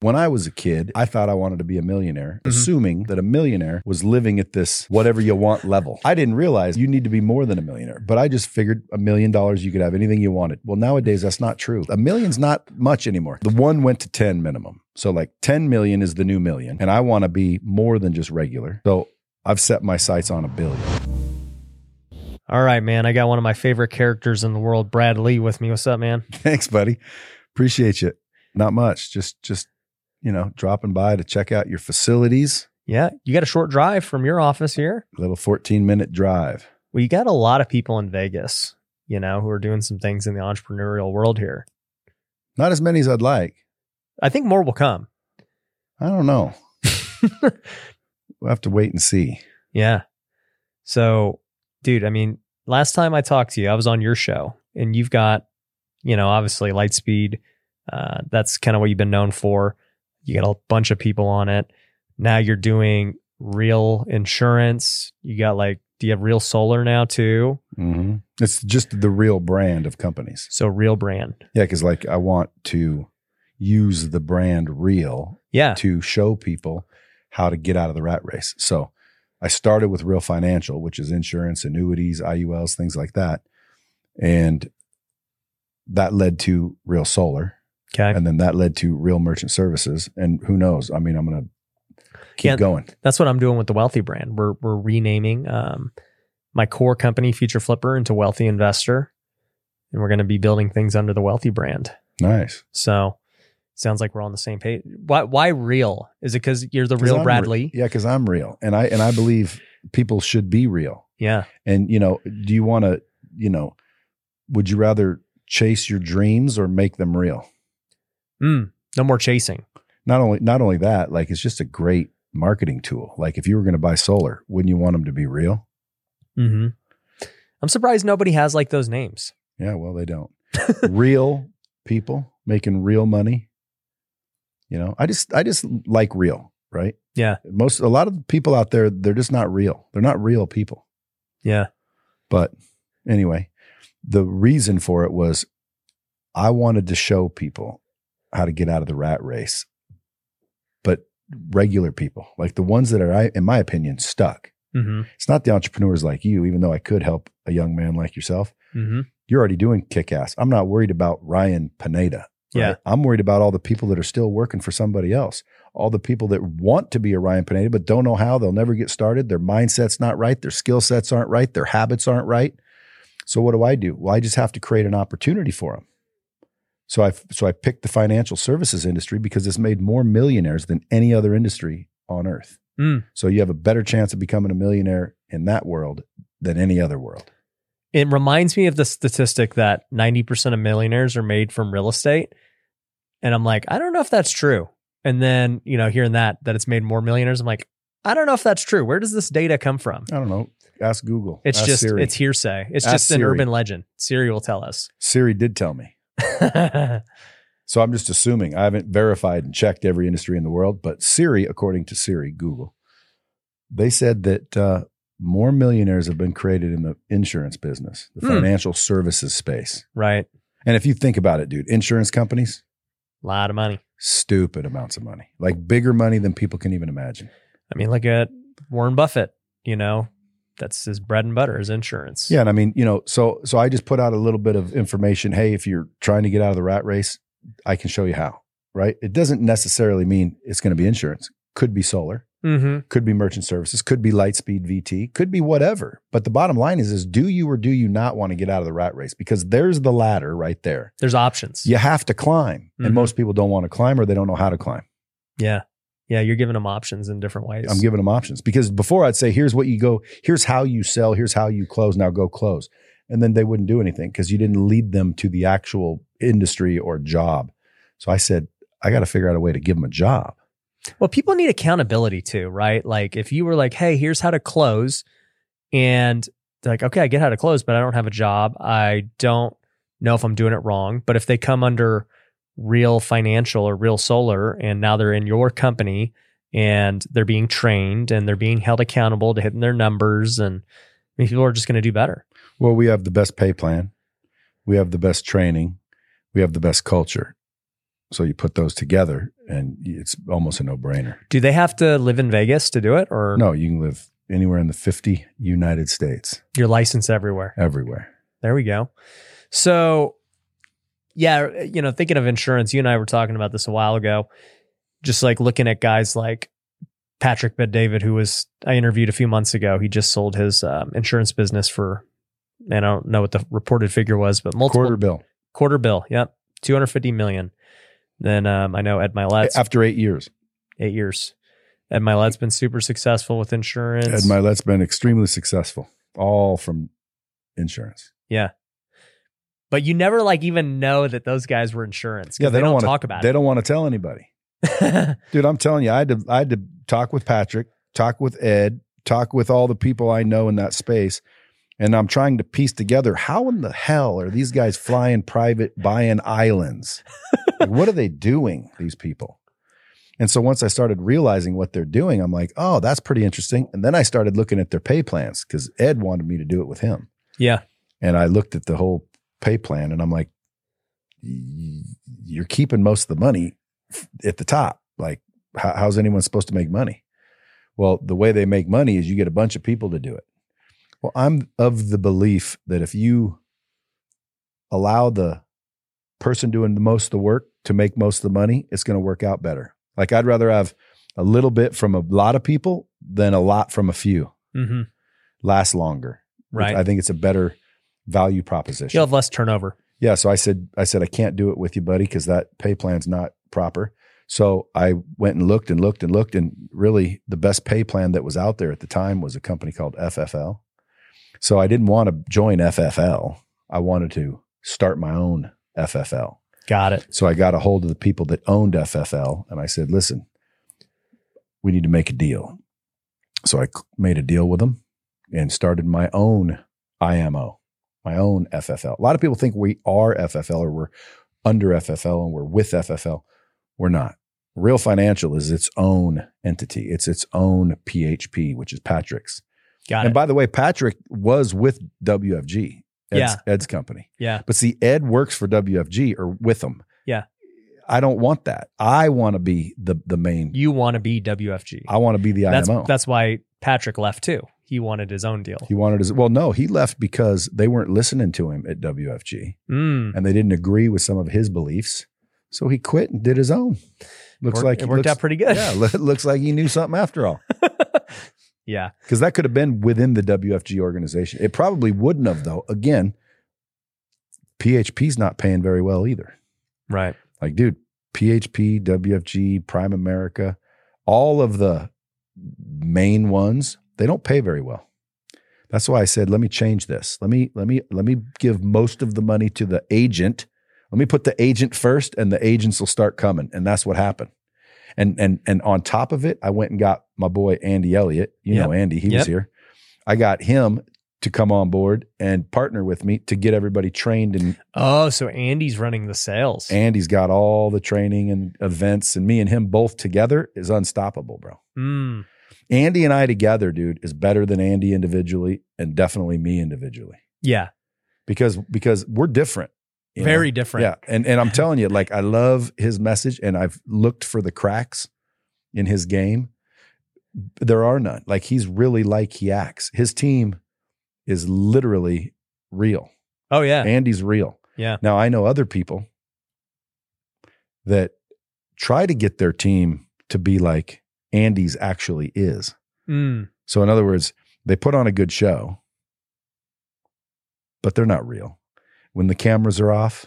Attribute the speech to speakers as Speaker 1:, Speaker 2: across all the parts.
Speaker 1: When I was a kid, I thought I wanted to be a millionaire, assuming that a millionaire was living at this whatever you want level. I didn't realize you need to be more than a millionaire, but I just figured a million dollars you could have anything you wanted. Well, nowadays that's not true. A million's not much anymore. The one went to 10 minimum. So like 10 million is the new million, and I want to be more than just regular. So I've set my sights on a billion.
Speaker 2: All right, man. I got one of my favorite characters in the world, Brad Lee, with me. What's up, man?
Speaker 1: Thanks, buddy. Appreciate you. Not much. Just just you know, dropping by to check out your facilities.
Speaker 2: Yeah, you got a short drive from your office here.
Speaker 1: Little 14 minute drive.
Speaker 2: Well, you got a lot of people in Vegas, you know, who are doing some things in the entrepreneurial world here.
Speaker 1: Not as many as I'd like.
Speaker 2: I think more will come.
Speaker 1: I don't know. We'll have to wait and see.
Speaker 2: yeah. So, dude, I mean, last time I talked to you, I was on your show and you've got, you know, obviously Lightspeed. Uh, that's kind of what you've been known for. You got a bunch of people on it. Now you're doing real insurance. You got like, do you have real solar now too?
Speaker 1: hmm It's just the real brand of companies.
Speaker 2: So, real brand.
Speaker 1: Yeah, because like I want to use the brand real
Speaker 2: Yeah.
Speaker 1: to show people how to get out of the rat race. So I started with Real Financial, which is insurance, annuities, IULs, things like that. And that led to Real Solar.
Speaker 2: Okay.
Speaker 1: and then that led to real merchant services and who knows i mean i'm gonna keep
Speaker 2: Yeah.
Speaker 1: going
Speaker 2: that's what I'm doing with the Wealthy brand. We're we're renaming um, my core company, Future Flipper, into Wealthy Investor, and we're going to be building things under the Wealthy brand.
Speaker 1: nice
Speaker 2: So, sounds like we're on the same page. Why why real? Is it because you're the
Speaker 1: 'Cause
Speaker 2: real
Speaker 1: I'm
Speaker 2: Bradley?
Speaker 1: yeah because i'm real and i and i believe people should be real
Speaker 2: yeah.
Speaker 1: and you know do you want to you know would you rather chase your dreams or make them real
Speaker 2: Mm, no more chasing.
Speaker 1: not only not only that like it's just a great marketing tool like if you were going to buy solar wouldn't you want them to be real
Speaker 2: hmm I'm surprised nobody has like those names.
Speaker 1: yeah well they don't real people making real money you know i just i just like real right
Speaker 2: Yeah.
Speaker 1: most a lot of people out there they're just not real they're not real people
Speaker 2: Yeah.
Speaker 1: but anyway the reason for it was i wanted to show people how to get out of the rat race but regular people like the ones that are I- in my opinion stuck
Speaker 2: hmm
Speaker 1: it's not the entrepreneurs like you even though i could help a young man like yourself
Speaker 2: hmm
Speaker 1: you're already doing kick ass. I'm not worried about Ryan Pineda.
Speaker 2: Yeah.
Speaker 1: I'm worried about all the people that are still working for somebody else. All the people that want to be a Ryan Pineda but don't know how, they'll never get started. Their mindset's not right, their skill sets aren't right, their habits aren't right. So what do I do? Well, I just have to create an opportunity for them. So I so I picked the financial services industry because it's made more millionaires than any other industry on earth.
Speaker 2: Mm.
Speaker 1: So you have a better chance of becoming a millionaire in that world than any other world.
Speaker 2: It reminds me of the statistic that 90% of millionaires are made from real estate. And I'm like, I don't know if that's true. And then, you know, hearing that, that it's made more millionaires, I'm like, I don't know if that's true. Where does this data come from?
Speaker 1: I don't know. Ask Google.
Speaker 2: It's
Speaker 1: Ask
Speaker 2: just,
Speaker 1: Siri.
Speaker 2: it's hearsay. It's
Speaker 1: Ask
Speaker 2: just an
Speaker 1: Siri.
Speaker 2: urban legend. Siri will tell us.
Speaker 1: Siri did tell me. So I'm just assuming. I haven't verified and checked every industry in the world, but Siri, according to Siri, Google, they said that uh, more millionaires have been created in the insurance business, the
Speaker 2: Hmm.
Speaker 1: financial services space.
Speaker 2: right.
Speaker 1: And if you think about it, dude, insurance companies,
Speaker 2: lot of money.
Speaker 1: stupid amounts of money, like bigger money than people can even imagine.
Speaker 2: I mean, look at Warren Buffett, you know, that's his bread and butter, his insurance.
Speaker 1: Yeah, and I mean, you know, so so I just put out a little bit of information. Hey, if you're trying to get out of the rat race, I can show you how. Right? It doesn't necessarily mean it's going to be insurance. Could be solar.
Speaker 2: Mm-hmm.
Speaker 1: Could be merchant services. Could be Lightspeed VT. Could be whatever. But the bottom line is: is do you or do you not want to get out of the rat race? Because there's the ladder right there.
Speaker 2: There's options.
Speaker 1: You have to climb,
Speaker 2: Mhm.
Speaker 1: and most people don't want to climb or they don't know how to climb.
Speaker 2: Yeah. Yeah. You're giving them options in different ways.
Speaker 1: I'm giving them options because before I'd say, here's what you go, here's how you sell, here's how you close, now go close. And then they wouldn't do anything because you didn't lead them to the actual industry or job. So I said, I got to figure out a way to give them a job.
Speaker 2: Well, people need accountability too, right? Like if you were like, "Hey, here's how to close," and they're like, "Okay, I get how to close, but I don't have a job. I don't know if I'm doing it wrong." But if they come under Real Financial or Real Solar, and now they're in your company and they're being trained and they're being held accountable to hitting their numbers, and I mean, people are just going to do better.
Speaker 1: Well, we have the best pay plan, we have the best training, we have the best culture. So you put those together and it's almost a no brainer.
Speaker 2: Do they have to live in Vegas to do it, or
Speaker 1: No, you can live anywhere in the 50 United States,
Speaker 2: you're licensed everywhere?
Speaker 1: everywhere.
Speaker 2: There we go. So, yeah, you know, thinking of insurance, you and I were talking about this a while ago, just like looking at guys like Patrick Bed David, who was I interviewed a few months ago. He just sold his um, insurance business for, and I don't know what the reported figure was, but multiple
Speaker 1: Quarter
Speaker 2: quarter,
Speaker 1: bill
Speaker 2: bill. Yep, two hundred fifty million. Then um, I know Ed Milet's
Speaker 1: after eight years.
Speaker 2: eight years. Ed Milet's been super successful with insurance.
Speaker 1: Ed Milet's been extremely successful, all from insurance.
Speaker 2: but you never like even know that those guys were insurance. 'cause
Speaker 1: Yeah, they
Speaker 2: they
Speaker 1: don't
Speaker 2: don't,
Speaker 1: wanna-
Speaker 2: talk about
Speaker 1: They
Speaker 2: it.
Speaker 1: don't want to tell anybody. Dude, I'm telling you, I had to I had to talk with Patrick, talk with Ed, talk with all the people I know in that space. And I'm trying to piece together how in the hell are these guys flying private, buying islands? Like, what are they doing, these people? And so once I started realizing what they're doing, I'm like, oh, that's pretty interesting. And then I started looking at their pay plans because Ed wanted me to do it with him.
Speaker 2: yeah.
Speaker 1: And I looked at the whole pay plan and I'm like, "Y- you're keeping most of the money f- at the top. Like, how, how's anyone supposed to make money? Well, the way they make money is you get a bunch of people to do it. Well, I'm of the belief that if you allow the person doing the most of the work to make most of the money, it's going to work out better. Like, I'd rather have a little bit from a lot of people than a lot from a few,
Speaker 2: Mm-hmm.
Speaker 1: last longer.
Speaker 2: Right.
Speaker 1: I think it's a better value proposition.
Speaker 2: You'll have less turnover.
Speaker 1: Yeah. So I said, I said, I can't do it with you, buddy, because that pay plan's not proper. So I went and looked and looked and looked, and really the best pay plan that was out there at the time was a company called FFL. So I didn't want to join FFL. I wanted to start my own FFL.
Speaker 2: Got it.
Speaker 1: So I got a hold of the people that owned FFL and I said, listen, we need to make a deal. So I c- made a deal with them and started my own IMO, my own FFL. A lot of people think we are FFL or we're under FFL and we're with FFL. We're not. Real Financial is its own entity, it's its own PHP, which is Patrick's.
Speaker 2: Got
Speaker 1: and
Speaker 2: it.
Speaker 1: by the way, Patrick was with WFG, Ed's,
Speaker 2: Yeah.
Speaker 1: Ed's company.
Speaker 2: yeah.
Speaker 1: But see, Ed works for WFG or with them.
Speaker 2: Yeah.
Speaker 1: I don't want that. I want to be the the main.
Speaker 2: You want to be WFG.
Speaker 1: I want to be the
Speaker 2: that's
Speaker 1: IMO.
Speaker 2: that's why Patrick left too. He wanted his own deal.
Speaker 1: he wanted his. Well, no, he left because they weren't listening to him at WFG,
Speaker 2: Mm.
Speaker 1: and they didn't agree with some of his beliefs. So he quit and did his own. Looks
Speaker 2: Worked-
Speaker 1: like
Speaker 2: it
Speaker 1: he
Speaker 2: worked
Speaker 1: looks,
Speaker 2: out pretty good.
Speaker 1: yeah, lo- looks like he knew something after all,
Speaker 2: yeah.
Speaker 1: because that could have been within the WFG organization. It probably wouldn't have though. Again, PHP's not paying very well either.
Speaker 2: Right.
Speaker 1: Like, dude, PHP, WFG, Prime America, all of the main ones, they don't pay very well. That's why I said, let me change this. Let me, let me, let me give most of the money to the agent. Let me put the agent first and the agents will start coming. And that's what happened. And and and on top of it, I went and got my boy Andy Elliott. You know Andy, he was
Speaker 2: Yep.
Speaker 1: here. I got him to come on board and partner with me to get everybody trained and
Speaker 2: Oh, so Andy's running the sales.
Speaker 1: Andy's got all the training and events, and me and him both together is unstoppable, bro.
Speaker 2: Mm.
Speaker 1: Andy and I together, dude, is better than Andy individually and definitely me individually
Speaker 2: Yeah.
Speaker 1: because because we're different. you know?
Speaker 2: Very different.
Speaker 1: Yeah, and and I'm telling you, like I love his message, and I've looked for the cracks in his game. There are none. Like he's really like he acts. His team is literally real.
Speaker 2: Oh yeah.
Speaker 1: Andy's real.
Speaker 2: Yeah.
Speaker 1: Now I know other people that try to get their team to be like Andy's actually is.
Speaker 2: Mm.
Speaker 1: So in other words, they put on a good show, but they're not real. When the cameras are off,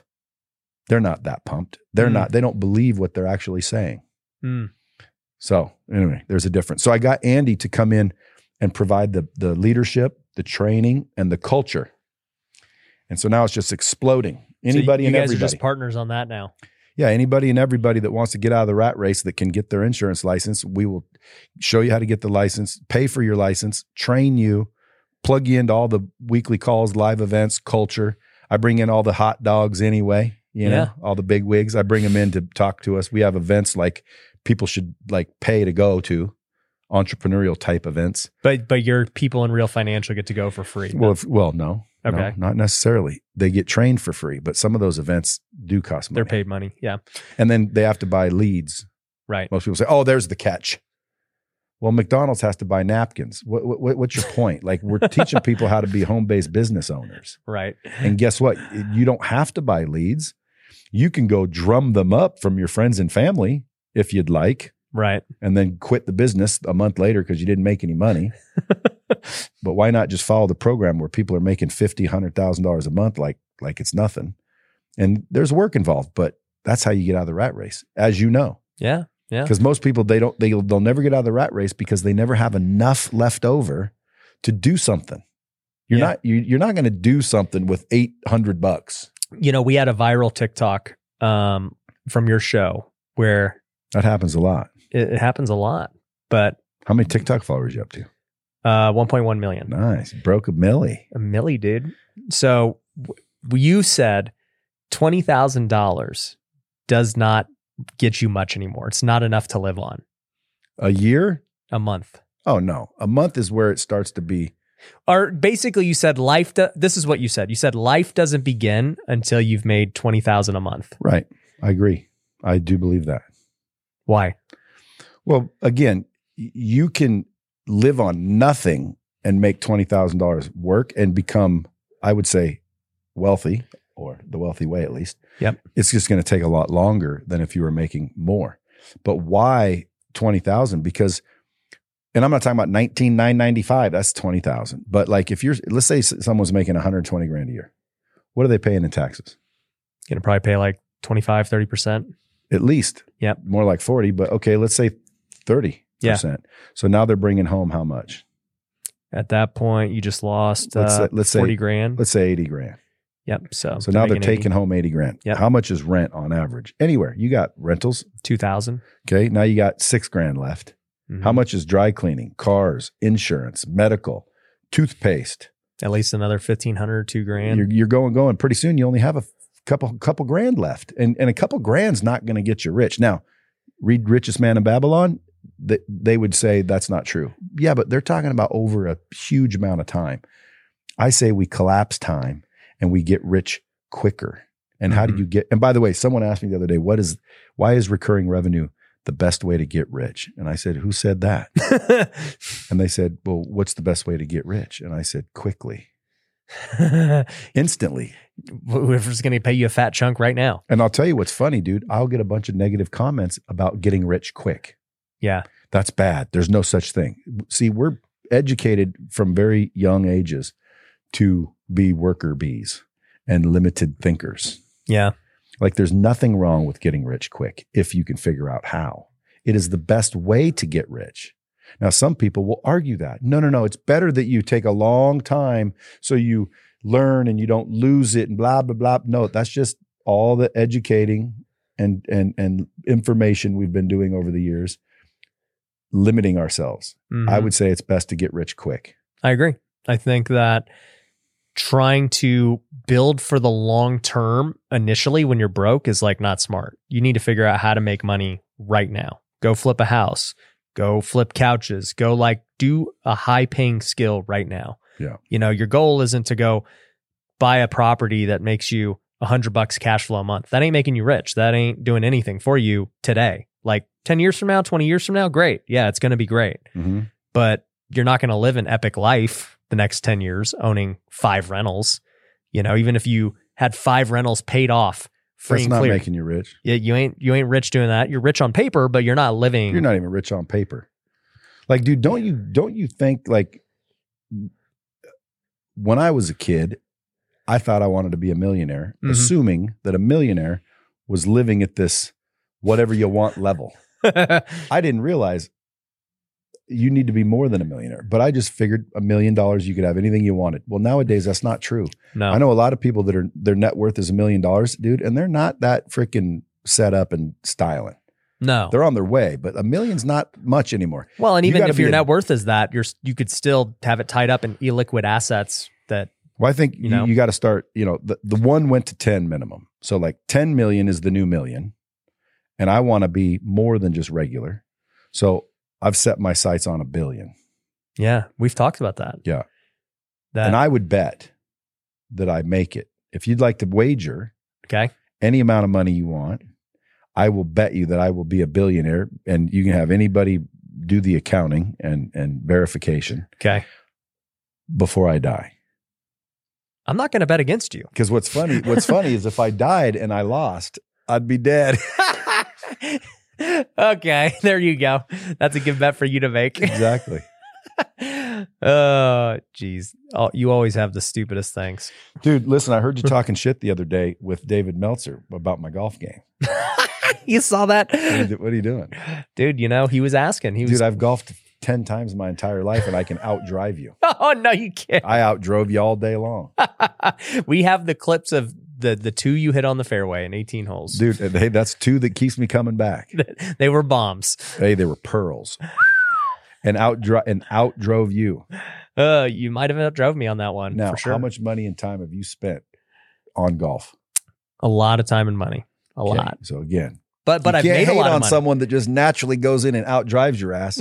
Speaker 1: they're not that pumped. They're
Speaker 2: Mm.
Speaker 1: not they don't believe what they're actually saying.
Speaker 2: Mm.
Speaker 1: So anyway, there's a difference. So I got Andy to come in and provide the the leadership, the training, and the culture. And so now it's just exploding. Anybody
Speaker 2: so you
Speaker 1: and
Speaker 2: guys
Speaker 1: everybody.
Speaker 2: are just partners on that now.
Speaker 1: yeah, anybody and everybody that wants to get out of the rat race that can get their insurance license, we will show you how to get the license, pay for your license, train you, plug you into all the weekly calls, live events, culture. I bring in all the hot dogs anyway, you know,
Speaker 2: Yeah.
Speaker 1: all the big wigs. I bring them in to talk to us. We have events like people should like pay to go to entrepreneurial type events.
Speaker 2: But but your people in real financial get to go for free.
Speaker 1: Well, if, well, no, No,
Speaker 2: Okay.
Speaker 1: not necessarily. They get trained for free, but some of those events do cost money.
Speaker 2: They're paid money. Yeah.
Speaker 1: And then they have to buy leads.
Speaker 2: Right.
Speaker 1: Most people say, "Oh, there's the catch." Well, McDonald's has to buy napkins. What, what- what, what's your point? Like we're teaching people how to be home-based business owners.
Speaker 2: Right.
Speaker 1: And guess what? You don't have to buy leads. You can go drum them up from your friends and family if you'd like,
Speaker 2: Right.
Speaker 1: and then quit the business a month later because you didn't make any money. but why not just follow the program where people are making fifty, hundred thousand dollars a month, like like it's nothing? And there's work involved, but that's how you get out of the rat race, as you know.
Speaker 2: Yeah. Yeah.
Speaker 1: Because most people they don't they they'll never get out of the rat race because they never have enough left over to do something. You're
Speaker 2: Yeah.
Speaker 1: not you, you're not going to do something with eight hundred bucks.
Speaker 2: You know, we had a viral TikTok um, from your show where
Speaker 1: That happens a lot.
Speaker 2: it, it happens a lot, but
Speaker 1: How many TikTok followers you up to?
Speaker 2: uh, 1.1 million.
Speaker 1: Nice, broke a millie.
Speaker 2: A milli, dude. So w- you said twenty thousand dollars does not get you much anymore. It's not enough to live on
Speaker 1: A year?
Speaker 2: a month.
Speaker 1: Oh no, a month is where it starts to be.
Speaker 2: Or basically, you said life. Do- this is what you said. You said life doesn't begin until you've made twenty thousand a month.
Speaker 1: Right. I agree. I do believe that.
Speaker 2: Why?
Speaker 1: Well, again, y- you can live on nothing and make twenty thousand dollars work and become, I would say, wealthy or the wealthy way at least.
Speaker 2: Yep.
Speaker 1: It's just going to take a lot longer than if you were making more. But why twenty thousand? Because, and I'm not talking about nineteen nine ninety five. That's twenty thousand. But like if you're, let's say s- someone's making one hundred twenty grand a year, what are they paying in taxes?
Speaker 2: You're gonna probably pay like 25, 30 percent.
Speaker 1: at least.
Speaker 2: Yep.
Speaker 1: More like 40, but okay, let's say 30%.
Speaker 2: Yeah.
Speaker 1: So now they're bringing home how much?
Speaker 2: At that point, you just lost
Speaker 1: Let's
Speaker 2: uh,
Speaker 1: say- let's say-
Speaker 2: forty grand.
Speaker 1: Let's say 80 grand.
Speaker 2: yep. So
Speaker 1: So now they're
Speaker 2: making
Speaker 1: taking home 80 grand.
Speaker 2: Yep.
Speaker 1: How much is rent on average? Anywhere. You got rentals.
Speaker 2: two thousand. Mm-hmm.
Speaker 1: Okay. Now you got six grand left.
Speaker 2: Mhm.
Speaker 1: How much is dry cleaning, cars, insurance, medical, toothpaste?
Speaker 2: At least another fifteen hundred or two grand.
Speaker 1: You're, you're going, going. Pretty soon you only have a f- couple couple grand left. And, and a couple grand's not going to get you rich. Now, read Richest Man in Babylon. They, they would say that's not true. Yeah, but they're talking about over a huge amount of time. I say we collapse time and we get rich quicker. And how do
Speaker 2: Mhm.
Speaker 1: you get? And by the way, someone asked me the other day, what is why is recurring revenue the best way to get rich? And I said, who said that? And they said, well, what's the best way to get rich? And I said, quickly, instantly.
Speaker 2: Whoever's going to pay you a fat chunk right now.
Speaker 1: And I'll tell you what's funny, dude. I'll get a bunch of negative comments about getting rich quick.
Speaker 2: Yeah.
Speaker 1: That's bad. There's no such thing. See, we're educated from very young ages to be worker bees and limited thinkers.
Speaker 2: Yeah.
Speaker 1: Like, there's nothing wrong with getting rich quick if you can figure out how. It is the best way to get rich. Now, some people will argue that no, no, no, it's better that you take a long time so you learn and you don't lose it and blah, blah, blah. No, that's just all the educating and, and, and information we've been doing over the years, limiting ourselves. I
Speaker 2: Mhm.
Speaker 1: would say it's best to get rich quick.
Speaker 2: I agree. I think that trying to build for the long term initially when you're broke is like not smart. You need to figure out how to make money right now. Go flip a house, go flip couches, go like do a high paying skill right now.
Speaker 1: Yeah.
Speaker 2: You know, your goal isn't to go buy a property that makes you a hundred bucks cash flow a month. That ain't making you rich. That ain't doing anything for you today. Like 10 years from now, 20 years from now, great. Yeah, it's going to be great but you're not going to live an epic life the next 10 years owning five rentals. You know, even if you had five rentals paid off free
Speaker 1: That's
Speaker 2: and
Speaker 1: not
Speaker 2: clear.
Speaker 1: making you rich.
Speaker 2: yeah, you ain't you ain't rich doing that. You're rich on paper, but you're not living.
Speaker 1: You're not even rich on paper. Like, dude, don't you don't you think like when I was a kid, I thought I wanted to be a millionaire,
Speaker 2: Mhm.
Speaker 1: assuming that a millionaire was living at this whatever you want level. I didn't realize you need to be more than a millionaire, but I just figured a million dollars you could have anything you wanted. Well, nowadays that's not true.
Speaker 2: no.
Speaker 1: I know a lot of people that are their net worth is a million dollars, dude, and they're not that freaking set up and styling.
Speaker 2: No.
Speaker 1: They're on their way, but a million's not much anymore.
Speaker 2: well, and
Speaker 1: you
Speaker 2: even
Speaker 1: gotta
Speaker 2: if your
Speaker 1: be a-
Speaker 2: net worth is that, you're s- you could still have it tied up in illiquid assets that
Speaker 1: Well, I think you,
Speaker 2: You know?
Speaker 1: you got to start, you know, the, the one went to 10 minimum. So like 10 million is the new million. And I want to be more than just regular. So I've set my sights on a billion.
Speaker 2: yeah, we've talked about that.
Speaker 1: Yeah.
Speaker 2: That
Speaker 1: and I would bet that I make it. If you'd like to wager
Speaker 2: Okay.
Speaker 1: any amount of money you want, I will bet you that I will be a billionaire and you can have anybody do the accounting and, and verification
Speaker 2: Okay.
Speaker 1: before I die.
Speaker 2: I'm not going to bet against you.
Speaker 1: Because what's funny, what's funny is if I died and I lost, I'd be dead.
Speaker 2: okay. There you go. That's a good bet for you to make.
Speaker 1: exactly.
Speaker 2: oh, geez. Oh, you always have the stupidest things.
Speaker 1: Dude, listen, I heard you talking shit the other day with David Meltzer about my golf game.
Speaker 2: you saw
Speaker 1: What are you
Speaker 2: that?
Speaker 1: do- what are you doing?
Speaker 2: Dude, you know, he was asking. He was,
Speaker 1: Dude, I've golfed 10 times my entire life and I can outdrive you.
Speaker 2: oh, no, you can't.
Speaker 1: I outdrove you all day long.
Speaker 2: we have the clips of the, the two you hit on the fairway in 18 holes.
Speaker 1: Dude, and hey, that's two that keeps me coming back.
Speaker 2: They were bombs.
Speaker 1: Hey, they were pearls. And outdri- and outdrove you.
Speaker 2: Uh, you might have outdrove me on that one
Speaker 1: Now,
Speaker 2: for sure.
Speaker 1: how much money and time have you spent on golf?
Speaker 2: a lot of time and money. A
Speaker 1: Okay,
Speaker 2: lot.
Speaker 1: So again,
Speaker 2: But but
Speaker 1: you
Speaker 2: I've
Speaker 1: can't
Speaker 2: made a
Speaker 1: hate
Speaker 2: lot of
Speaker 1: on
Speaker 2: money.
Speaker 1: someone that just naturally goes in and outdrives your ass.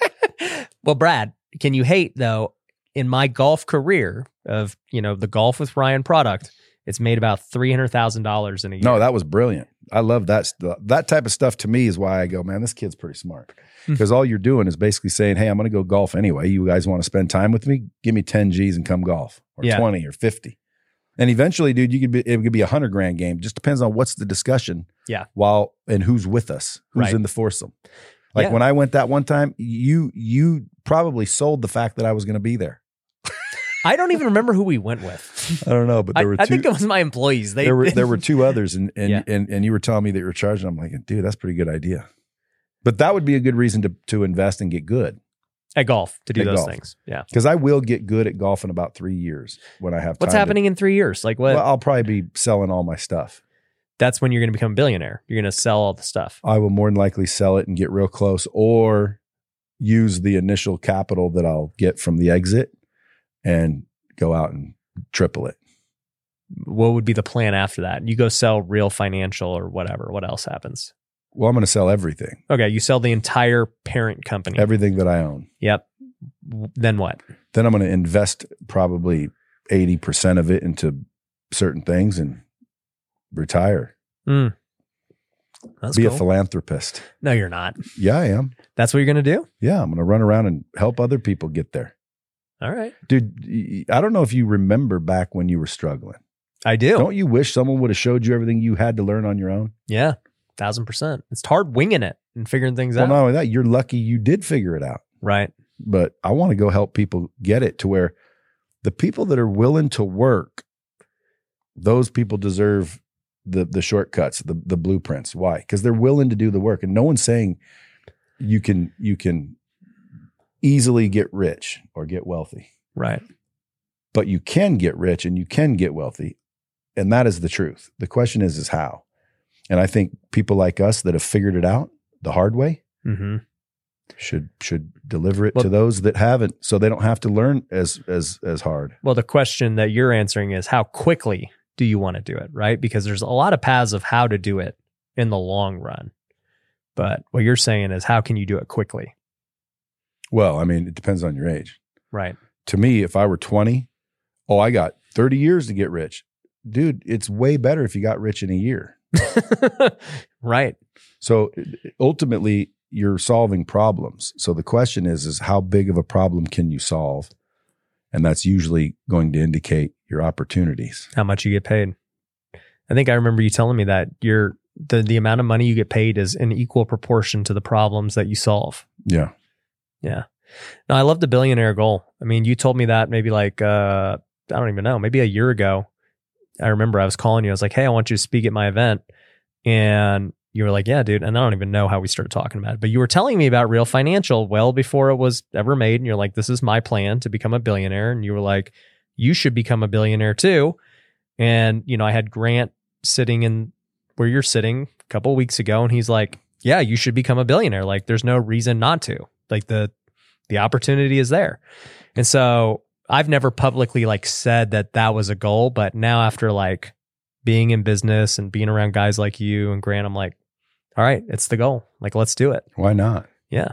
Speaker 2: well, Brad, can you hate though? In my golf career of you know the golf with Ryan product, it's made about three hundred thousand dollars in a year.
Speaker 1: No, that was brilliant. I love that st- that type of stuff. To me, is why I go, man. This kid's pretty smart
Speaker 2: Hmm.
Speaker 1: because all you're doing is basically saying, hey, I'm going to go golf anyway. You guys want to spend time with me? Give me ten G's and come golf, or
Speaker 2: Yeah.
Speaker 1: twenty, or fifty. And eventually, dude, you could be it could be a hundred grand game. Just depends on what's the discussion.
Speaker 2: Yeah.
Speaker 1: While and who's with us, who's
Speaker 2: Right.
Speaker 1: in the foursome. Like
Speaker 2: Yeah.
Speaker 1: when I went that one time, you you probably sold the fact that I was going to be there.
Speaker 2: I don't even remember who we went with.
Speaker 1: I don't know, but
Speaker 2: I,
Speaker 1: there were two.
Speaker 2: I think it was my employees. They
Speaker 1: there were there were two others, and and,
Speaker 2: Yeah.
Speaker 1: and and you were telling me that you were charging. I'm like, dude, that's a pretty good idea. But that would be a good reason to to invest and get good
Speaker 2: at golf to do
Speaker 1: At
Speaker 2: those
Speaker 1: golf.
Speaker 2: things. Yeah.
Speaker 1: because I will get good at golf in about three years when I have.
Speaker 2: What's
Speaker 1: time to-
Speaker 2: happening in three years? Like what?
Speaker 1: well, I'll probably be selling all my stuff.
Speaker 2: That's when you're going to become a billionaire. You're going to sell all the stuff.
Speaker 1: I will more than likely sell it and get real close, or use the initial capital that I'll get from the exit and go out and triple it.
Speaker 2: What would be the plan after that? You go sell real financial or whatever. What else happens?
Speaker 1: Well, I'm going to sell everything,
Speaker 2: Okay, you sell the entire parent company.
Speaker 1: everything that I own.
Speaker 2: Yep. W- Then what?
Speaker 1: then I'm going to invest probably 80% of it into certain things and retire.
Speaker 2: That's
Speaker 1: Be
Speaker 2: cool.
Speaker 1: a philanthropist.
Speaker 2: no, you're not.
Speaker 1: Yeah, I am.
Speaker 2: That's what you're going to do?
Speaker 1: Yeah, I'm going to run around and help other people get there.
Speaker 2: All right.
Speaker 1: Dude, y- I don't know if you remember back when you were struggling.
Speaker 2: I do.
Speaker 1: Don't you wish someone would have showed you everything you had to learn on your own?
Speaker 2: yeah. Thousand percent. It's hard winging it and figuring things
Speaker 1: Well,
Speaker 2: out.
Speaker 1: not only that, you're lucky you did figure it out.
Speaker 2: Right.
Speaker 1: But I want to go help people get it to where the people that are willing to work, those people deserve the the shortcuts, the the blueprints. Why? Because they're willing to do the work, and no one's saying you can you can easily get rich or get wealthy,
Speaker 2: Right.
Speaker 1: but you can get rich and you can get wealthy, and that is the truth. The question is, is how? And I think people like us that have figured it out the hard way
Speaker 2: hmm
Speaker 1: should should deliver it
Speaker 2: Well-
Speaker 1: to those that haven't, so they don't have to learn as as as hard.
Speaker 2: Well, the question that you're answering is how quickly do you want to do it? Right. Because there's a lot of paths of how to do it in the long run. But what you're saying is how can you do it quickly?
Speaker 1: Well, I mean, it depends on your age.
Speaker 2: Right.
Speaker 1: to me, if I were 20, oh, I got 30 years to get rich. Dude, it's way better if you got rich in a year.
Speaker 2: right.
Speaker 1: So ultimately, you're solving problems. So the question is is how big of a problem can you solve? And that's usually going to indicate your opportunities.
Speaker 2: How much you get paid. I think I remember you telling me that your the, the amount of money you get paid is in equal proportion to the problems that you solve.
Speaker 1: Yeah.
Speaker 2: No, I love the billionaire goal. I mean, you told me that maybe like uh I don't even know, maybe a year ago. I remember I was calling you. I was like, "Hey, I want you to speak at my event." And you were like, "Yeah, dude." And I don't even know how we started talking about it, but you were telling me about Real Financial well before it was ever made and you're like, "This is my plan to become a billionaire." And you were like, "You should become a billionaire too." And, you know, I had Grant sitting in where you're sitting a couple weeks ago and he's like, "Yeah, you should become a billionaire. Like there's no reason not to." Like the the opportunity is there. And so I've never publicly like said that that was a goal, but now after like being in business and being around guys like you and Grant, I'm like, all right, it's the goal. Like, let's do it.
Speaker 1: Why not?
Speaker 2: Yeah.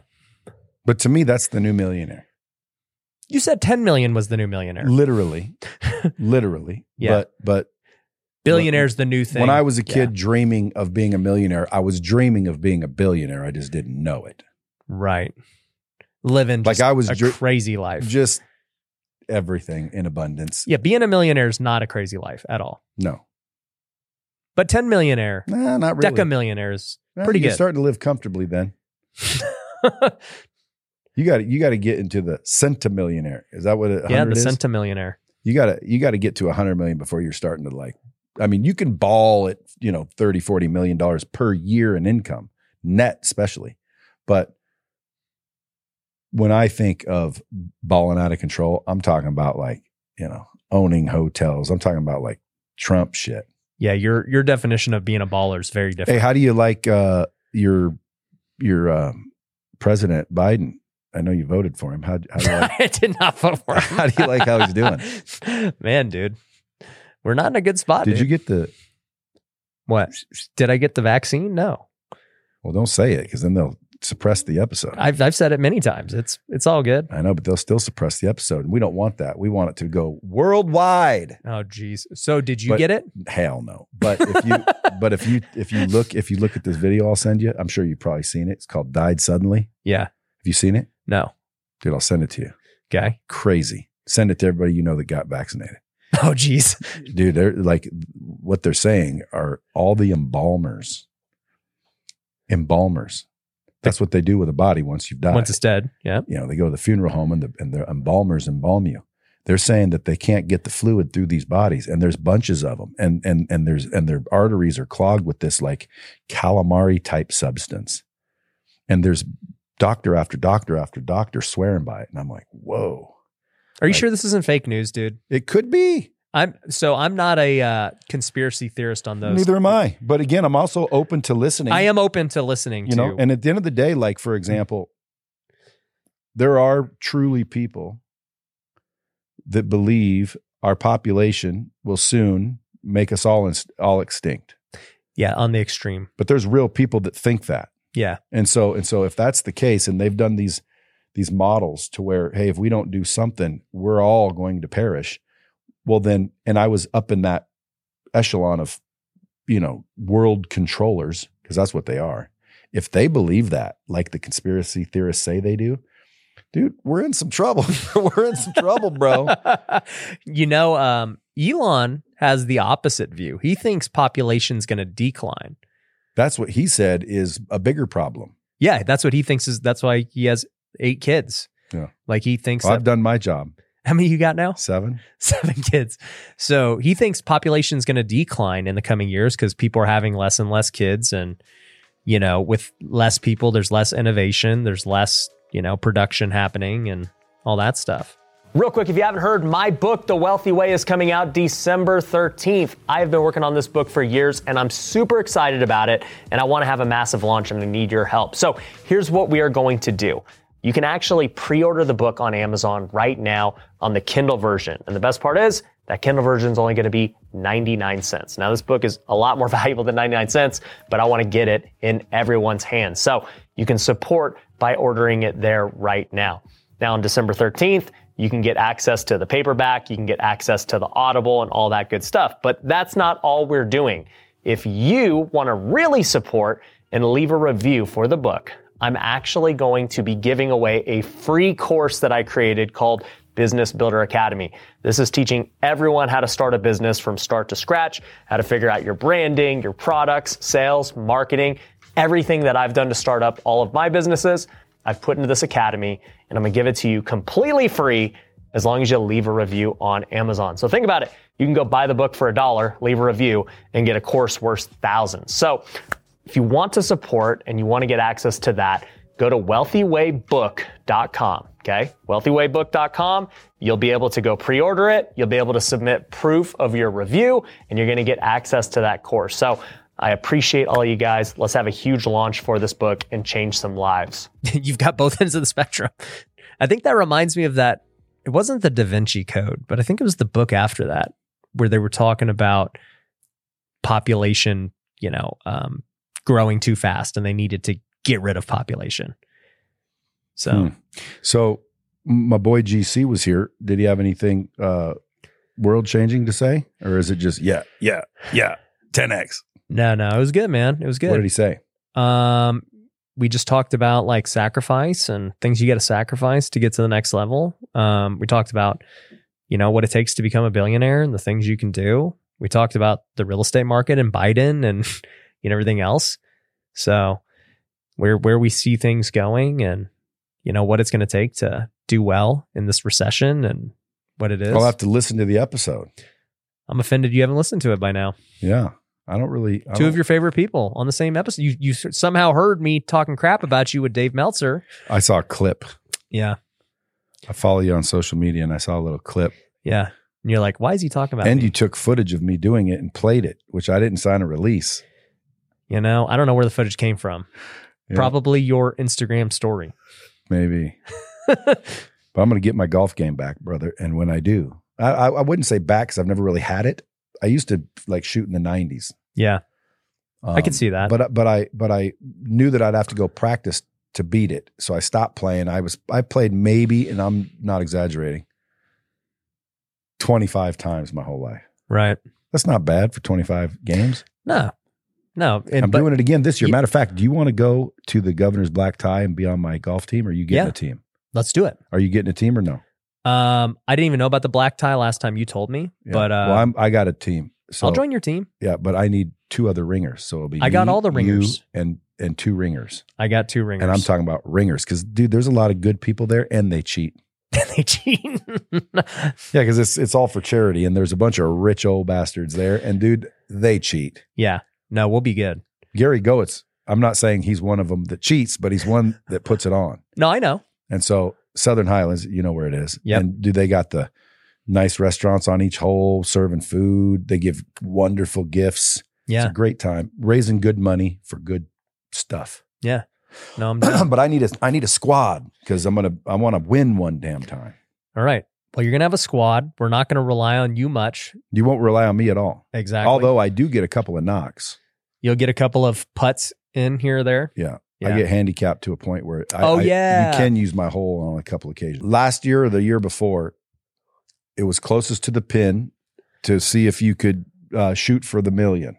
Speaker 1: But to me, that's the new millionaire.
Speaker 2: You said 10 million was the new millionaire.
Speaker 1: Literally. literally.
Speaker 2: Yeah.
Speaker 1: But but
Speaker 2: Billionaire's the new thing.
Speaker 1: when I was a kid dreaming of being a millionaire, I was dreaming of being a billionaire. I just didn't know it.
Speaker 2: right? Living
Speaker 1: Like
Speaker 2: just
Speaker 1: I was
Speaker 2: a
Speaker 1: dr-
Speaker 2: crazy life.
Speaker 1: Just everything in abundance.
Speaker 2: yeah, being a millionaire is not a crazy life at all.
Speaker 1: No.
Speaker 2: But ten millionaire,
Speaker 1: Nah, not really.
Speaker 2: deca millionaires,
Speaker 1: Nah,
Speaker 2: pretty
Speaker 1: you're
Speaker 2: good.
Speaker 1: starting to live comfortably then. You got to you got to get into the centimillionaire. Is that what a
Speaker 2: yeah, the
Speaker 1: is?
Speaker 2: centimillionaire.
Speaker 1: you got to you got to get to 100 million before you're starting to like I mean, you can ball at, you know, 30 40 million dollars per year in income, net especially. But when I think of balling out of control, I'm talking about like, you know, owning hotels. I'm talking about like Trump shit.
Speaker 2: Yeah, your your definition of being a baller is very
Speaker 1: Hey,
Speaker 2: different.
Speaker 1: how do you like uh, your your um, president Biden? I know you voted for him. How, how do you like,
Speaker 2: I did not vote for him.
Speaker 1: How do you like how he's
Speaker 2: doing? Man, dude, we're not in a good spot.
Speaker 1: did you
Speaker 2: dude.
Speaker 1: get the?
Speaker 2: what? Did I get the vaccine? No,
Speaker 1: Well, don't say it because then they'll suppress the episode. I,
Speaker 2: I've I've said it many times. It's it's all good.
Speaker 1: know, but they'll still suppress the episode, and we don't want that. We want it to go worldwide.
Speaker 2: Oh, geez. So did you
Speaker 1: But-
Speaker 2: get it?
Speaker 1: Hell no. But if you but if you if you look if you look at this video, I'll send you. I'm sure you've probably seen it. It's called "Died Suddenly." Have
Speaker 2: yeah.
Speaker 1: you seen it,
Speaker 2: No.
Speaker 1: dude? I'll send it to you.
Speaker 2: Okay.
Speaker 1: Crazy. Send it to everybody you know that got vaccinated.
Speaker 2: Oh, geez.
Speaker 1: dude they're like what they're saying are all the embalmers embalmers that's what they do with a body once you've died
Speaker 2: Once it's dead. Yeah.
Speaker 1: you know they go to the funeral home and the, and the embalmers embalm you they're saying that they can't get the fluid through these bodies and there's bunches of them and and and there's and their arteries are clogged with this like calamari type substance and there's doctor after doctor after doctor swearing by it and i'm like whoa
Speaker 2: Are you
Speaker 1: Like-
Speaker 2: sure this isn't fake news, dude?
Speaker 1: it could be
Speaker 2: I'm so I'm not a uh, conspiracy theorist on those.
Speaker 1: neither am i but again i'm also open to listening
Speaker 2: I am open to listening
Speaker 1: you
Speaker 2: to
Speaker 1: know and at the end of the day like for example there are truly people that believe our population will soon make us all inst- all extinct
Speaker 2: yeah on the extreme.
Speaker 1: but there's real people that think that
Speaker 2: Yeah.
Speaker 1: and so and so if that's the case and they've done these these models to where hey if we don't do something we're all going to perish well then and i was up in that echelon of you know world controllers because that's what they are if they believe that like the conspiracy theorists say they do dude we're in some trouble we're in some trouble bro
Speaker 2: you know, um, Elon has the opposite view. He thinks population's going to decline.
Speaker 1: that's what he said is a bigger problem
Speaker 2: Yeah, that's what he thinks is. That's why he has eight kids.
Speaker 1: Yeah.
Speaker 2: Like he thinks.
Speaker 1: Well, i've
Speaker 2: that-
Speaker 1: done my job
Speaker 2: how many you got now?
Speaker 1: seven
Speaker 2: Seven kids. So he thinks population's going to decline in the coming years because people are having less and less kids, and you know, with less people, there's less innovation, there's less you know production happening, and all that stuff. Real quick, if you haven't heard, my book, The Wealthy Way, is coming out December 13th. I've been working on this book for years and I'm super excited about it. And I want to have a massive launch and I need your help. So here's what we are going to do. You can actually pre order the book on Amazon right now on the Kindle version. And the best part is, that Kindle version is only going to be 99 cents. Now, this book is a lot more valuable than 99 cents, but I want to get it in everyone's hands. So you can support by ordering it there right now. Now, on December 13th, you can get access to the paperback, you can get access to the Audible and all that good stuff. But that's not all we're doing. If you want to really support and leave a review for the book, I'm actually going to be giving away a free course that I created called Business Builder Academy. This is teaching everyone how to start a business from start to scratch, how to figure out your branding, your products, sales, marketing, everything that I've done to start up all of my businesses. I've put into this academy, and I'm gonna give it to you completely free as long as you leave a review on Amazon. So think about it. You can go buy the book for a dollar, leave a review, and get a course worth thousands. So if you want to support and you want to get access to that, go to wealthywaybook.com. Okay. Wealthywaybook.com. You'll be able to go pre order it. You'll be able to submit proof of your review and you're going to get access to that course. So I appreciate all you guys. Let's have a huge launch for this book and change some lives. You've got both ends of the spectrum. I think that reminds me of that. It wasn't the Da Vinci Code, but I think it was the book after that where they were talking about population, you know, um, growing too fast and they needed to get rid of population. So
Speaker 1: Hmm. so m- my boy gc was here did he have anything uh world changing to say, or is it just yeah, yeah, yeah, 10x?
Speaker 2: No, no, it was good, man. It was
Speaker 1: What did
Speaker 2: good.
Speaker 1: he say?
Speaker 2: um, we just talked about like sacrifice and things you got to sacrifice to get to the next level. Um, we talked about, you know, what it takes to become a billionaire and the things you can do. We talked about the real estate market and Biden and you know everything else. So where where we see things going and you know what it's going to take to do well in this recession and what it is.
Speaker 1: I'll have to listen to the episode.
Speaker 2: I'm offended you haven't listened to it by now.
Speaker 1: Yeah, I don't really. I
Speaker 2: two
Speaker 1: don't-
Speaker 2: of your favorite people on the same episode. You you somehow heard me talking crap about you with Dave Meltzer.
Speaker 1: I saw a clip.
Speaker 2: Yeah,
Speaker 1: I follow you on social media, and I saw a little clip.
Speaker 2: yeah. And you're like, why is he talking about
Speaker 1: and
Speaker 2: me?
Speaker 1: you took footage of me doing it and played it, which I didn't sign a release.
Speaker 2: You know, I don't know where the footage came from.
Speaker 1: Yeah.
Speaker 2: Probably your Instagram story.
Speaker 1: Maybe. but I'm going to get my golf game back, brother. And when I do, I, I, I wouldn't say back because I've never really had it. I used to like shoot in the 90s.
Speaker 2: Yeah, I
Speaker 1: Um,
Speaker 2: can see that.
Speaker 1: But but I but I knew that I'd have to go practice to beat it, so I stopped playing. I was I played maybe, and I'm not exaggerating, 25 times my whole life.
Speaker 2: right?
Speaker 1: That's not bad for 25 games.
Speaker 2: No, no. And
Speaker 1: I'm
Speaker 2: but
Speaker 1: doing it again this year.
Speaker 2: you-
Speaker 1: Matter of fact, do you want to go to the governor's black tie and be on my golf team? Or are you getting
Speaker 2: Yeah.
Speaker 1: a team?
Speaker 2: let's do it.
Speaker 1: Are you getting a team or no?
Speaker 2: Um, I didn't even know about the black tie last time you told me,
Speaker 1: Yeah.
Speaker 2: but uh,
Speaker 1: well, I'm, I got a team. So
Speaker 2: I'll join your team.
Speaker 1: Yeah, but I need two other ringers. So it'll be
Speaker 2: I got
Speaker 1: me,
Speaker 2: all the
Speaker 1: you,
Speaker 2: ringers.
Speaker 1: and and two ringers.
Speaker 2: I got two ringers.
Speaker 1: And I'm talking about ringers because dude, there's a lot of good people there, and they cheat.
Speaker 2: they cheat.
Speaker 1: Yeah, because it's it's all for charity, and there's a bunch of rich old bastards there, and dude, they cheat.
Speaker 2: yeah. No, we'll be good.
Speaker 1: Gary Goetz. I'm not saying he's one of them that cheats, but he's one that puts it on.
Speaker 2: No, I know.
Speaker 1: And so Southern Highlands, you know where it is.
Speaker 2: Yep.
Speaker 1: And do they got the nice restaurants on each hole serving food? They give wonderful gifts.
Speaker 2: Yeah.
Speaker 1: It's a great time raising good money for good stuff.
Speaker 2: No, I'm. down.
Speaker 1: but I need a I need a squad because I'm gonna I want to win one damn time.
Speaker 2: All right. Well, you're going to have a squad. We're not going to rely on you much.
Speaker 1: You won't rely on me at all.
Speaker 2: Exactly.
Speaker 1: Although I do get a couple of knocks.
Speaker 2: you'll get a couple of putts in here or there.
Speaker 1: Yeah.
Speaker 2: Yeah.
Speaker 1: I get handicapped to a point where I,
Speaker 2: Oh,
Speaker 1: I-
Speaker 2: yeah.
Speaker 1: you can use my hole on a couple occasions. Last year or the year before, it was closest to the pin to see if you could uh, shoot for the million.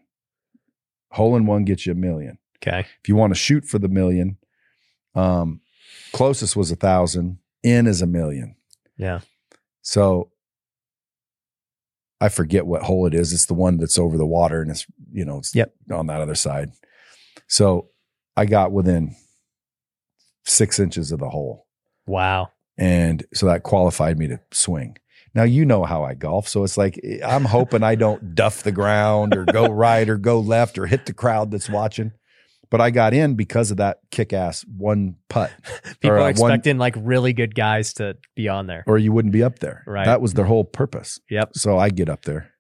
Speaker 1: Hole in one gets you a million.
Speaker 2: Okay.
Speaker 1: If you want to shoot for the million, um, closest was a thousand, in is a million.
Speaker 2: Yeah.
Speaker 1: So I forget what hole it is. It's the one that's over the water and it's, you know, it's
Speaker 2: Yep.
Speaker 1: on that other side. So I got within six inches of the hole.
Speaker 2: Wow.
Speaker 1: And so that qualified me to swing. Now, you know how I golf. So it's like, I'm hoping I don't duff the ground or go right or go left or hit the crowd that's watching. But I got in because of that kick ass one putt,
Speaker 2: People
Speaker 1: Or, uh,
Speaker 2: are
Speaker 1: one-
Speaker 2: expecting like really good guys to be on there.
Speaker 1: or you wouldn't be up there.
Speaker 2: Right.
Speaker 1: That was their whole purpose.
Speaker 2: Yep.
Speaker 1: so I get up there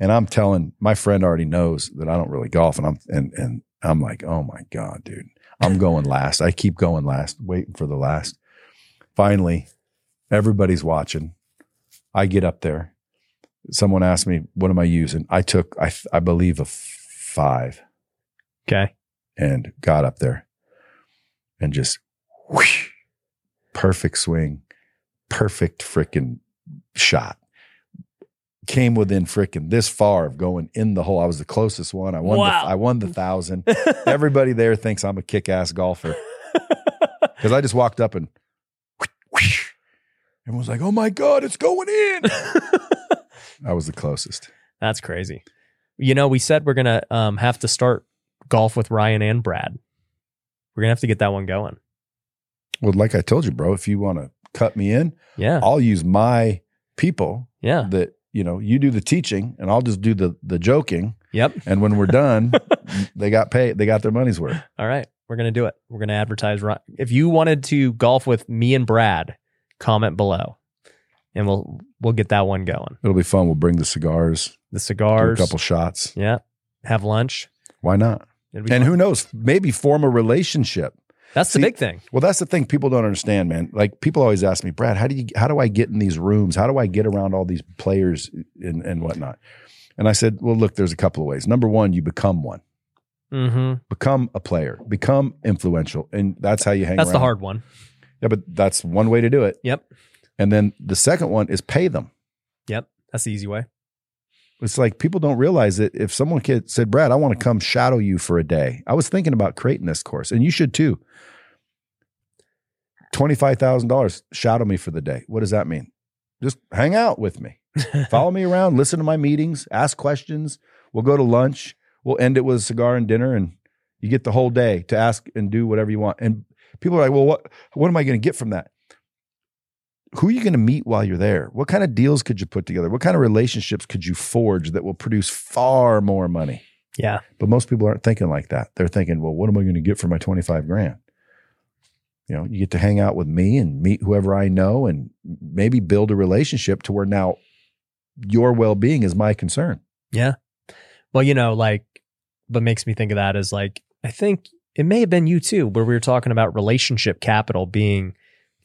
Speaker 1: and I'm telling my friend already knows that I don't really golf and I'm and and I'm like, "Oh my god, dude. I'm going last. I keep going last, waiting for the last." Finally, everybody's watching. I get up there. Someone asked me, "What am I using?" I took I I believe a 5
Speaker 2: Okay.
Speaker 1: and got up there and just whoosh, perfect swing, perfect freaking shot. Came within freaking this far of going in the hole. I was the closest one. I won.
Speaker 2: Wow.
Speaker 1: The, I won the thousand. Everybody there thinks I'm a kick-ass golfer because I just walked up and whoosh, whoosh. everyone's like, "Oh my god, it's going in!" I was the closest.
Speaker 2: That's crazy. You know, we said we're going to um, have to start golf with Ryan and Brad. We're going to have to get that one going.
Speaker 1: Well, like I told you, bro, if you want to cut me in,
Speaker 2: Yeah.
Speaker 1: I'll use my people
Speaker 2: Yeah.
Speaker 1: that you know you do the teaching and i'll just do the the joking
Speaker 2: Yep.
Speaker 1: and when we're done they got paid they got their money's worth
Speaker 2: All right, we're gonna do it. We're gonna advertise. Ri- If you wanted to golf with me and Brad, comment below, and we'll we'll get that one going.
Speaker 1: it'll be fun we'll bring the cigars
Speaker 2: The
Speaker 1: do a
Speaker 2: cigars,
Speaker 1: couple shots
Speaker 2: yeah. Have lunch.
Speaker 1: why not
Speaker 2: It'd be
Speaker 1: and
Speaker 2: fun.
Speaker 1: who knows maybe form a relationship
Speaker 2: That's
Speaker 1: See-
Speaker 2: the big thing.
Speaker 1: well that's the thing people don't understand man like people always ask me brad how do you how do i get in these rooms how do i get around all these players and and whatnot and i said well look there's a couple of ways number one you become one
Speaker 2: hmm
Speaker 1: become a player become influential and that's how you hang
Speaker 2: That's the
Speaker 1: around.
Speaker 2: hard one.
Speaker 1: yeah but that's one way to do it
Speaker 2: Yep.
Speaker 1: And then the second one is pay them.
Speaker 2: Yep. That's the easy way.
Speaker 1: It's like people don't realize that if someone kid said, Brad, I want to come shadow you for a day. I was thinking about creating this course, and you should too. $25,000, shadow me for the day. What does that mean? Just hang out with me, follow me around, listen to my meetings, ask questions. We'll go to lunch. We'll end it with a cigar and dinner, and you get the whole day to ask and do whatever you want. And people are like, well, what, what am I going to get from that? who are you going to meet while you're there? What kind of deals could you put together? What kind of relationships could you forge that will produce far more money?
Speaker 2: Yeah.
Speaker 1: But most people aren't thinking like that. They're thinking, well, what am I going to get for my 25 grand? You know, you get to hang out with me and meet whoever I know and maybe build a relationship to where now your well being is my concern.
Speaker 2: Yeah. Well, you know, like, what makes me think of that is like, I think it may have been you too, where we were talking about relationship capital being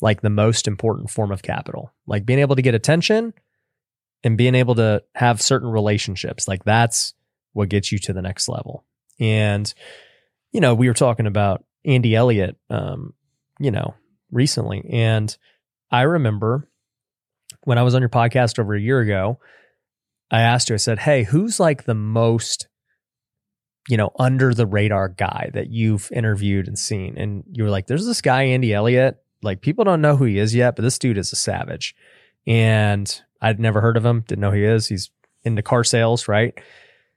Speaker 2: like the most important form of capital. Like being able to get attention and being able to have certain relationships. Like that's what gets you to the next level. And, you know, we were talking about Andy Elliott, um, you know, recently. And I remember when I was on your podcast over a year ago, I asked you, I said, Hey, who's like the most you know, under the radar guy that you've interviewed and seen. And you were like, there's this guy, Andy Elliott like people don't know who he is yet, but this dude is a savage. And I'd never heard of him, didn't know who he is. He's into car sales, right?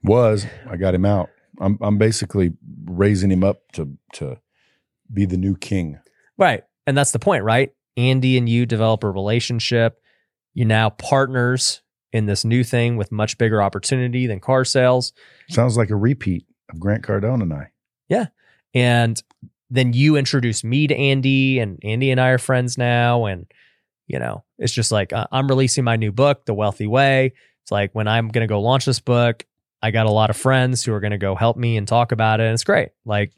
Speaker 1: Was I got him out. I'm I'm basically raising him up to to be the new king.
Speaker 2: Right. And that's the point, right? Andy and you develop a relationship. You're now partners in this new thing with much bigger opportunity than car sales.
Speaker 1: Sounds like a repeat of Grant Cardone and I.
Speaker 2: Yeah. And then you introduced me to Andy, and Andy and I are friends now. And you know, it's just like uh, I'm releasing my new book, The Wealthy Way. It's like when I'm gonna go launch this book, I got a lot of friends who are gonna go help me and talk about it, and it's great. Like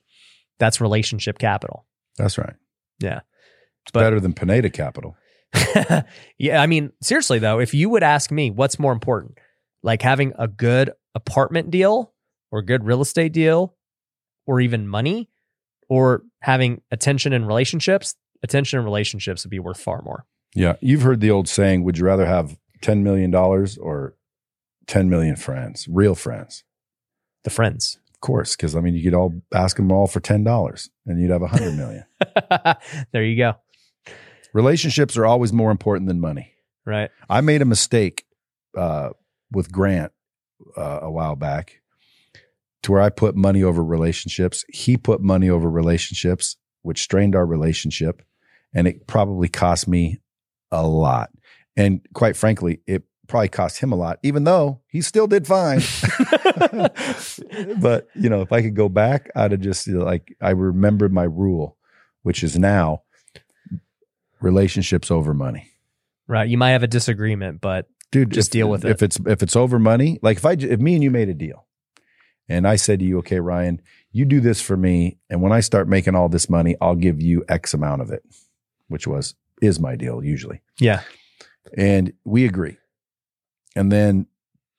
Speaker 2: that's relationship capital.
Speaker 1: That's right.
Speaker 2: Yeah,
Speaker 1: It's better than Pineda Capital.
Speaker 2: yeah. I mean, seriously though, if you would ask me, what's more important, like having a good apartment deal or good real estate deal, or even money? or having attention in relationships, attention in relationships would be worth far more.
Speaker 1: Yeah, you've heard the old saying, would you rather have 10 million dollars or 10 million friends, real friends?
Speaker 2: The friends.
Speaker 1: Of course, because I mean, you could all ask them all for ten dollars, and you'd have a hundred million.
Speaker 2: there you go.
Speaker 1: Relationships are always more important than money.
Speaker 2: Right.
Speaker 1: I made a mistake uh, with Grant uh, a while back, to where I put money over relationships. He put money over relationships, which strained our relationship, and it probably cost me a lot. And quite frankly, it probably cost him a lot, even though he still did fine. but you know, if I could go back, I'd have just you know, like I remembered my rule, which is now relationships over money.
Speaker 2: Right. You might have a disagreement, but
Speaker 1: Dude,
Speaker 2: Just
Speaker 1: if-
Speaker 2: deal with it.
Speaker 1: If it's if it's over money, like if I j- if me and you made a deal, and I said to you, okay, Ryan, you do this for me, and when I start making all this money, I'll give you X amount of it, which was is my deal usually.
Speaker 2: yeah.
Speaker 1: and we agree. And then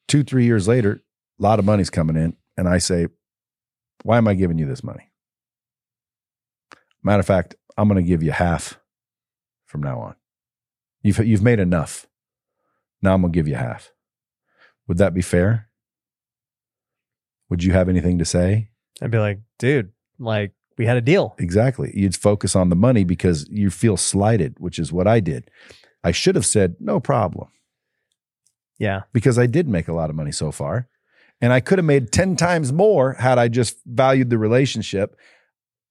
Speaker 1: two, three years later, a lot of money's coming in, and I say, Why am I giving you this money? Matter of fact, I'm going to give you half from now on. You've, you've made enough. Now I'm going to give you half. Would that be fair? Would you have anything to say?
Speaker 2: I'd be like, dude, like we had a deal.
Speaker 1: Exactly. You'd focus on the money because you feel slighted, which is what I did. I should have said, No problem.
Speaker 2: Yeah.
Speaker 1: because I did make a lot of money so far. And I could have made 10 times more had I just valued the relationship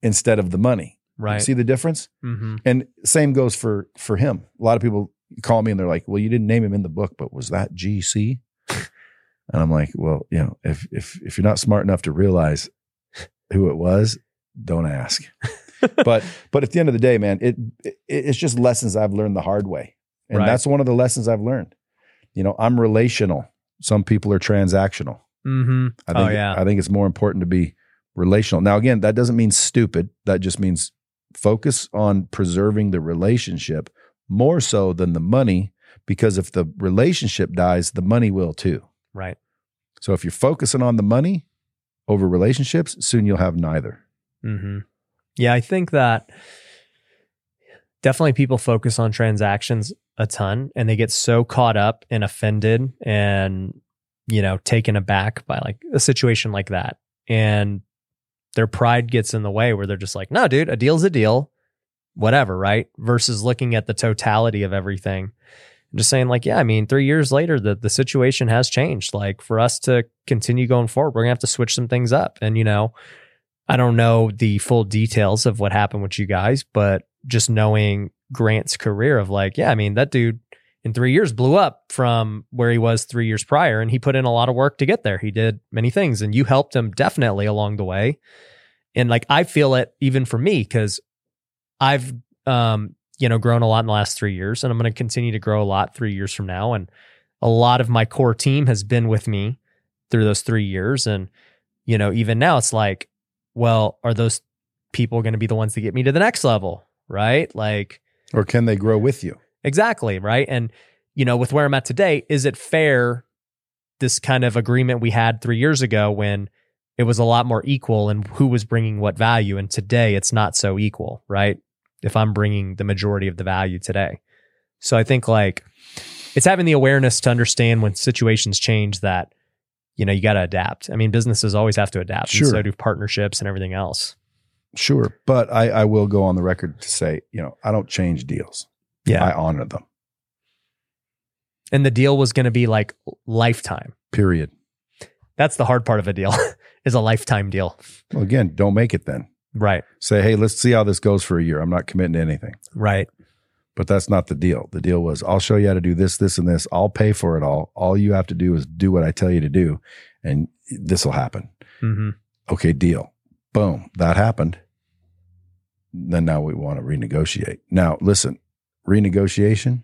Speaker 1: instead of the money. You
Speaker 2: Right.
Speaker 1: See the difference?
Speaker 2: mm-hmm.
Speaker 1: And same goes for for him. A lot of people call me and they're like, "Well, you didn't name him in the book, but was that GC?" and I'm like, "Well, you know, if if if you're not smart enough to realize who it was, don't ask." but but at the end of the day, man, it, it it's just lessons I've learned the hard way, and
Speaker 2: Right.
Speaker 1: that's one of the lessons I've learned. You know, I'm relational. Some people are transactional.
Speaker 2: Mm-hmm.
Speaker 1: I think
Speaker 2: Oh, yeah.
Speaker 1: I think it's more important to be relational. Now again, that doesn't mean stupid. That just means focus on preserving the relationship more so than the money because if the relationship dies, the money will too.
Speaker 2: Right.
Speaker 1: So if you're focusing on the money over relationships, soon you'll have neither.
Speaker 2: Mm-hmm. Yeah. I think that definitely people focus on transactions a ton and they get so caught up and offended and you know taken aback by like a situation like that and their pride gets in the way where they're just like no dude a deal's a deal whatever right versus looking at the totality of everything and just saying like yeah i mean 3 years later the the situation has changed like for us to continue going forward we're going to have to switch some things up and you know i don't know the full details of what happened with you guys but just knowing Grant's career of like, yeah, I mean, that dude in three years blew up from where he was three years prior, and he put in a lot of work to get there. He did many things, and you helped him definitely along the way. And like, I feel it even for me because I've, um, you know, grown a lot in the last three years, and I'm going to continue to grow a lot three years from now. And a lot of my core team has been with me through those three years. And, you know, even now it's like, well, are those people going to be the ones that get me to the next level? Right. Like,
Speaker 1: Or can they grow with you?
Speaker 2: Exactly, right? And you know, with where I'm at today, is it fair this kind of agreement we had 3 years ago when it was a lot more equal and who was bringing what value and today it's not so equal, right? If I'm bringing the majority of the value today. So I think like it's having the awareness to understand when situations change that you know, you got to adapt. I mean, businesses always have to adapt.
Speaker 1: Sure.
Speaker 2: And so do partnerships and everything else.
Speaker 1: Sure. But I, I will go on the record to say, you know, I don't change deals. I honor them,
Speaker 2: and the deal was going to be like lifetime.
Speaker 1: period.
Speaker 2: That's the hard part of a deal is a lifetime deal.
Speaker 1: Well, again, don't make it then.
Speaker 2: Right.
Speaker 1: Say, hey, let's see how this goes for a year. I'm not committing to anything.
Speaker 2: Right.
Speaker 1: But that's not the deal. The deal was I'll show you how to do this, this, and this. I'll pay for it all. All you have to do is do what I tell you to do, and this will happen.
Speaker 2: Mm-hmm.
Speaker 1: Okay, deal. Boom. That happened. Then now we want to renegotiate. Now, listen, renegotiation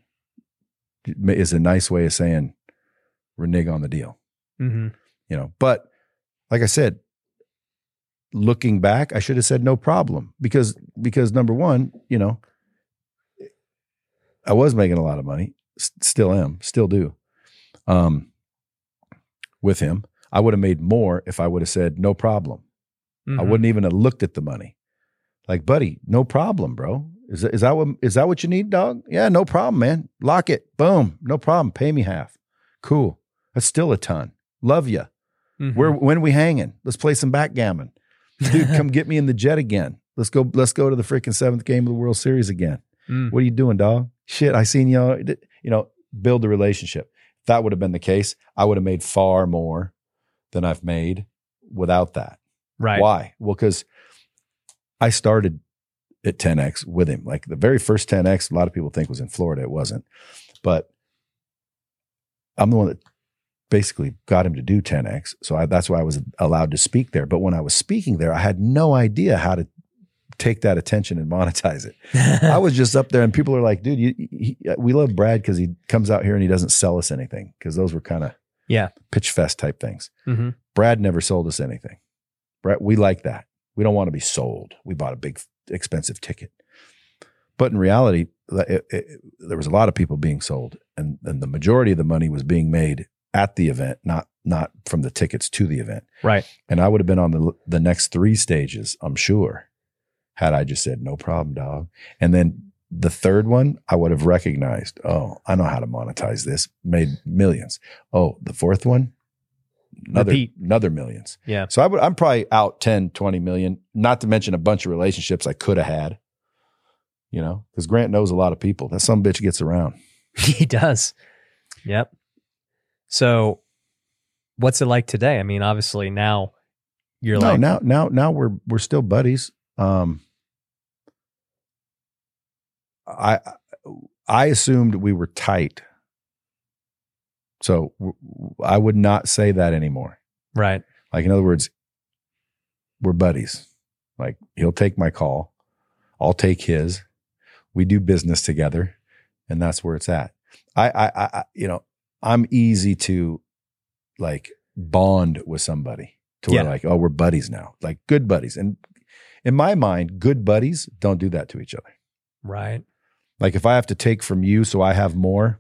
Speaker 1: is a nice way of saying renege on the deal,
Speaker 2: Mm-hmm.
Speaker 1: you know. But like I said, looking back, I should have said no problem because because number one, you know, I was making a lot of money, S- still am, still do. Um, with him, I would have made more if I would have said no problem.
Speaker 2: mm-hmm.
Speaker 1: I wouldn't even have looked at the money. Like, buddy, no problem, bro. Is that, is that what is that what you need, dog? Yeah, no problem, man. Lock it. Boom. No problem. Pay me half. Cool. That's still a ton. Love you.
Speaker 2: Mm-hmm.
Speaker 1: Where when we hanging? Let's play some backgammon. Dude, come get me in the jet again. Let's go. Let's go to the freaking seventh game of the World Series again.
Speaker 2: Mm-hmm. Mm,
Speaker 1: What are you doing, dog? Shit, I seen y'all. You know, build the relationship. If that would have been the case, I would have made far more than I've made without that.
Speaker 2: Right.
Speaker 1: Why? Well, because I started at 10X with him. Like the very first 10X, a lot of people think was in Florida. It wasn't. But I'm the one that basically got him to do 10X. So I, that's why I was allowed to speak there. But when I was speaking there, I had no idea how to take that attention and monetize it. I was just up there and people are like, dude, you, he, we love Brad because he comes out here and he doesn't sell us anything because those were kind of
Speaker 2: Yeah.
Speaker 1: pitch fest type things.
Speaker 2: hmm
Speaker 1: Brad never sold us anything. Brad, we like that. We don't want to be sold. We bought a big, expensive ticket. But in reality, th- it- it- there was a lot of people being sold, and, and the majority of the money was being made at the event, not not from the tickets to the event.
Speaker 2: Right.
Speaker 1: And I would have been on the the next three stages, I'm sure, had I just said no problem, dog. And then the third one, I would have recognized, oh, I know how to monetize this, made millions. Oh, the fourth one, another
Speaker 2: Repeat.
Speaker 1: another millions.
Speaker 2: Yeah.
Speaker 1: So I would I'm probably out 10, 20 million, not to mention a bunch of relationships I could have had. You know, because Grant knows a lot of people. That some bitch gets around.
Speaker 2: he does. Yep. So, what's it like today? I mean, obviously now you're
Speaker 1: no,
Speaker 2: like,
Speaker 1: now now now we're we're still buddies. Um I I assumed we were tight. So w- w- I would not say that anymore.
Speaker 2: right.
Speaker 1: Like in other words, we're buddies. Like he'll take my call, I'll take his. We do business together, and that's where it's at. I, I, I, I- you know, I'm easy to like bond with somebody to where
Speaker 2: Yeah.
Speaker 1: like, oh, we're buddies now, like good buddies. And in my mind, good buddies don't do that to each other.
Speaker 2: Right.
Speaker 1: Like if I have to take from you so I have more,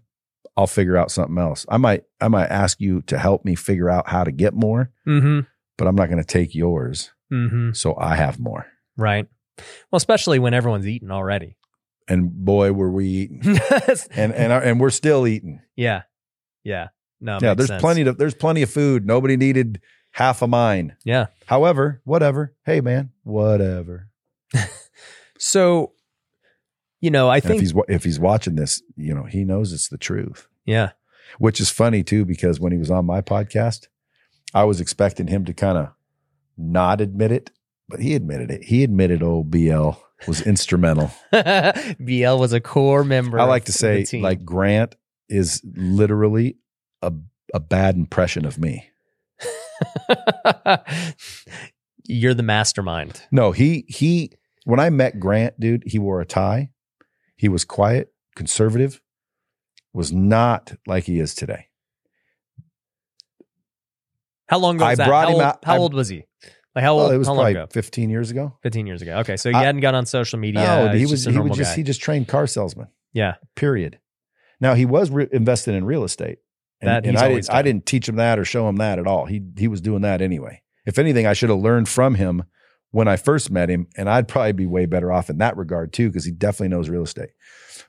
Speaker 1: I'll figure out something else. I might, I might ask you to help me figure out how to get more,
Speaker 2: Mm
Speaker 1: but I'm not going to take yours
Speaker 2: hmm. Mm hmm.
Speaker 1: so I have more.
Speaker 2: Right. Well, especially when everyone's eating already.
Speaker 1: and boy, were we eating. And and our, and we're still eating.
Speaker 2: yeah. Yeah. No.
Speaker 1: yeah,
Speaker 2: makes
Speaker 1: there's
Speaker 2: sense.
Speaker 1: plenty of there's plenty of food. Nobody needed half a mine.
Speaker 2: Yeah.
Speaker 1: However, whatever. Hey man, whatever.
Speaker 2: So, you know, I
Speaker 1: And if
Speaker 2: think,
Speaker 1: he's wa- if he's watching this, you know, he knows it's the truth.
Speaker 2: yeah.
Speaker 1: Which is funny too, because when he was on my podcast, I was expecting him to kind of not admit it, but he admitted it. He admitted old BL was instrumental.
Speaker 2: BL was a core member.
Speaker 1: I
Speaker 2: of
Speaker 1: like to say
Speaker 2: the team.
Speaker 1: like Grant is literally a a bad impression of me.
Speaker 2: you're the mastermind.
Speaker 1: No, he he when I met Grant, dude, he wore a tie. He was quiet, conservative, was not like he is today.
Speaker 2: How long ago
Speaker 1: I
Speaker 2: was that?
Speaker 1: brought
Speaker 2: how
Speaker 1: him
Speaker 2: old,
Speaker 1: out-
Speaker 2: How
Speaker 1: I-
Speaker 2: old was he? Like how old?
Speaker 1: well, it was
Speaker 2: how long
Speaker 1: probably
Speaker 2: ago?
Speaker 1: 15 years ago.
Speaker 2: 15 years ago. Okay. So he
Speaker 1: I-
Speaker 2: hadn't got on social media.
Speaker 1: no, he
Speaker 2: He's
Speaker 1: was
Speaker 2: just a
Speaker 1: he
Speaker 2: normal
Speaker 1: was just
Speaker 2: guy.
Speaker 1: he just trained car salesmen.
Speaker 2: Yeah.
Speaker 1: Period. Now he was re- invested in real estate. And,
Speaker 2: That
Speaker 1: and
Speaker 2: he's
Speaker 1: I
Speaker 2: always
Speaker 1: didn't, I
Speaker 2: done.
Speaker 1: didn't teach him that or show him that at all. He he was doing that anyway. If anything, I should have learned from him when I first met him, and I'd probably be way better off in that regard too, because he definitely knows real estate.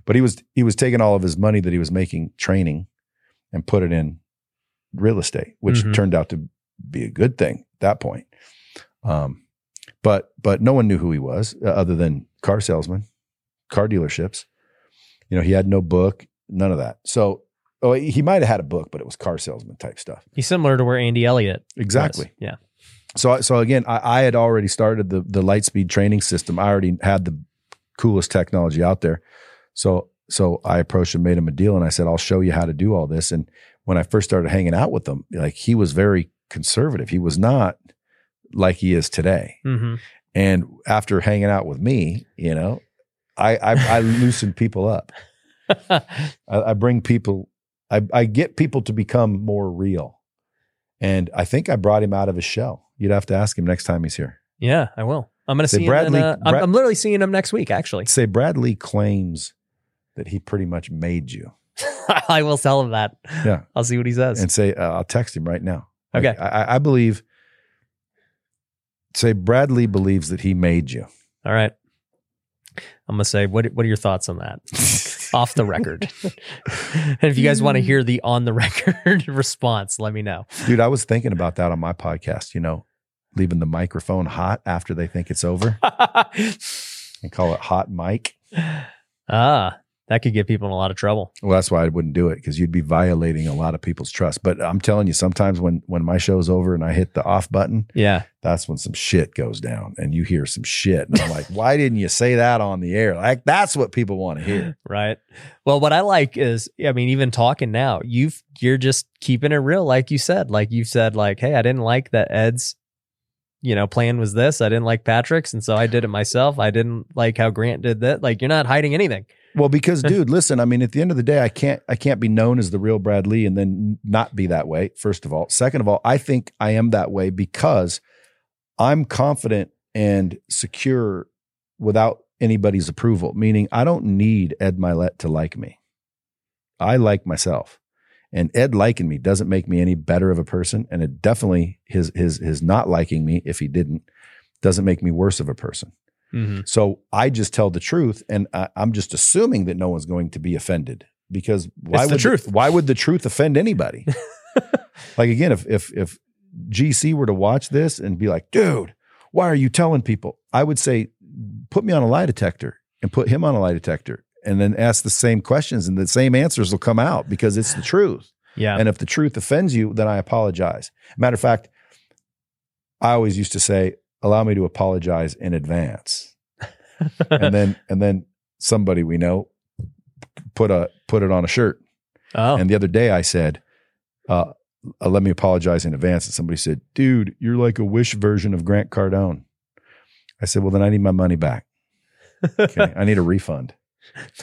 Speaker 1: But he was he was taking all of his money that he was making training and put it in real estate, which
Speaker 2: Mhm.
Speaker 1: turned out to be a good thing at that point. Um, but but no one knew who he was uh, other than car salesmen, car dealerships. You know, he had no book, none of that. So oh, he might have had a book, but it was car salesman type stuff.
Speaker 2: He's similar to where Andy Elliott. was.
Speaker 1: Exactly.
Speaker 2: Yeah.
Speaker 1: So so again, I, I had already started the the Lightspeed training system. I already had the coolest technology out there. So so I approached and made him a deal, and I said, "I'll show you how to do all this." And when I first started hanging out with him, like he was very conservative. He was not like he is today.
Speaker 2: hmm
Speaker 1: And after hanging out with me, you know, I I, I loosen people up. I, I bring people, I, I get people to become more real. And I think I brought him out of his shell. You'd have to ask him next time he's here.
Speaker 2: yeah, I will. I'm going to
Speaker 1: Say
Speaker 2: see
Speaker 1: Bradley-
Speaker 2: him. in, uh, I'm,
Speaker 1: Brad-
Speaker 2: I'm literally seeing him next week, actually.
Speaker 1: Say Bradley claims that he pretty much made you,
Speaker 2: I will tell him that.
Speaker 1: Yeah.
Speaker 2: I'll see what he says.
Speaker 1: and say uh, I'll text him right now. Like,
Speaker 2: Okay.
Speaker 1: I, I- I believe. Say Bradley believes that he made you.
Speaker 2: All right. I'm gonna say, what what are your thoughts on that? Off the record. and if you guys want to hear the on the record response, let me know.
Speaker 1: Dude, I was thinking about that on my podcast. You know, leaving the microphone hot after they think it's over and call it hot mic.
Speaker 2: ah, that could get people in a lot of trouble.
Speaker 1: Well, that's why I wouldn't do it because you'd be violating a lot of people's trust. But I'm telling you, sometimes when when my show's over and I hit the off button,
Speaker 2: Yeah.
Speaker 1: that's when some shit goes down and you hear some shit. And I'm like, why didn't you say that on the air? Like that's what people want to hear.
Speaker 2: Right. Well, what I like is, I mean, even talking now, you've you're just keeping it real, like you said. Like you've said, like, hey, I didn't like that Ed's, you know, plan was this. I didn't like Patrick's, and so I did it myself. I didn't like how Grant did that. Like you're not hiding anything.
Speaker 1: Well, because dude, listen, I mean, at the end of the day, I can't I can't be known as the real Brad Lee and then not be that way, first of all. Second of all, I think I am that way because I'm confident and secure without anybody's approval, meaning I don't need Ed Milet to like me. I like myself. And Ed liking me doesn't make me any better of a person. And it definitely his his his not liking me, if he didn't, doesn't make me worse of a person.
Speaker 2: Mm-hmm.
Speaker 1: So I just tell the truth, and I, I'm just assuming that no one's going to be offended because why
Speaker 2: It's the
Speaker 1: would
Speaker 2: truth.
Speaker 1: why would the truth offend anybody? like again, if if if GC were to watch this and be like, dude, why are you telling people? I would say, put me on a lie detector and put him on a lie detector, and then ask the same questions, and the same answers will come out because it's the truth.
Speaker 2: Yeah.
Speaker 1: And if the truth offends you, then I apologize. Matter of fact, I always used to say, allow me to apologize in advance. and then and then somebody we know put a put it on a shirt.
Speaker 2: oh.
Speaker 1: And the other day I said, uh, uh, let me apologize in advance. And somebody said, dude, you're like a wish version of Grant Cardone. I said, well, then I need my money back. Okay. I need a refund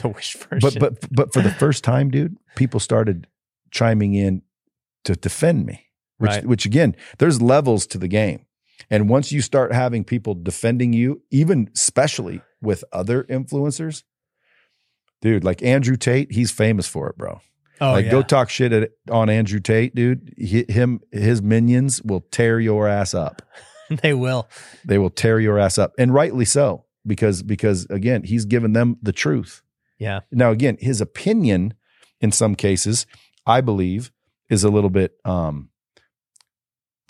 Speaker 2: the wish
Speaker 1: but
Speaker 2: version.
Speaker 1: but but for the first time, dude, people started chiming in to defend me. Which
Speaker 2: Right.
Speaker 1: which again, there's levels to the game. And once you start having people defending you, even especially with other influencers, dude, like Andrew Tate, he's famous for it, bro.
Speaker 2: oh,
Speaker 1: like
Speaker 2: yeah.
Speaker 1: go talk shit at, on Andrew Tate, dude. Hi- him his minions will tear your ass up.
Speaker 2: they will.
Speaker 1: They will tear your ass up, and rightly so. because because again, he's given them the truth.
Speaker 2: Yeah.
Speaker 1: Now again, his opinion in some cases, I believe, is a little bit um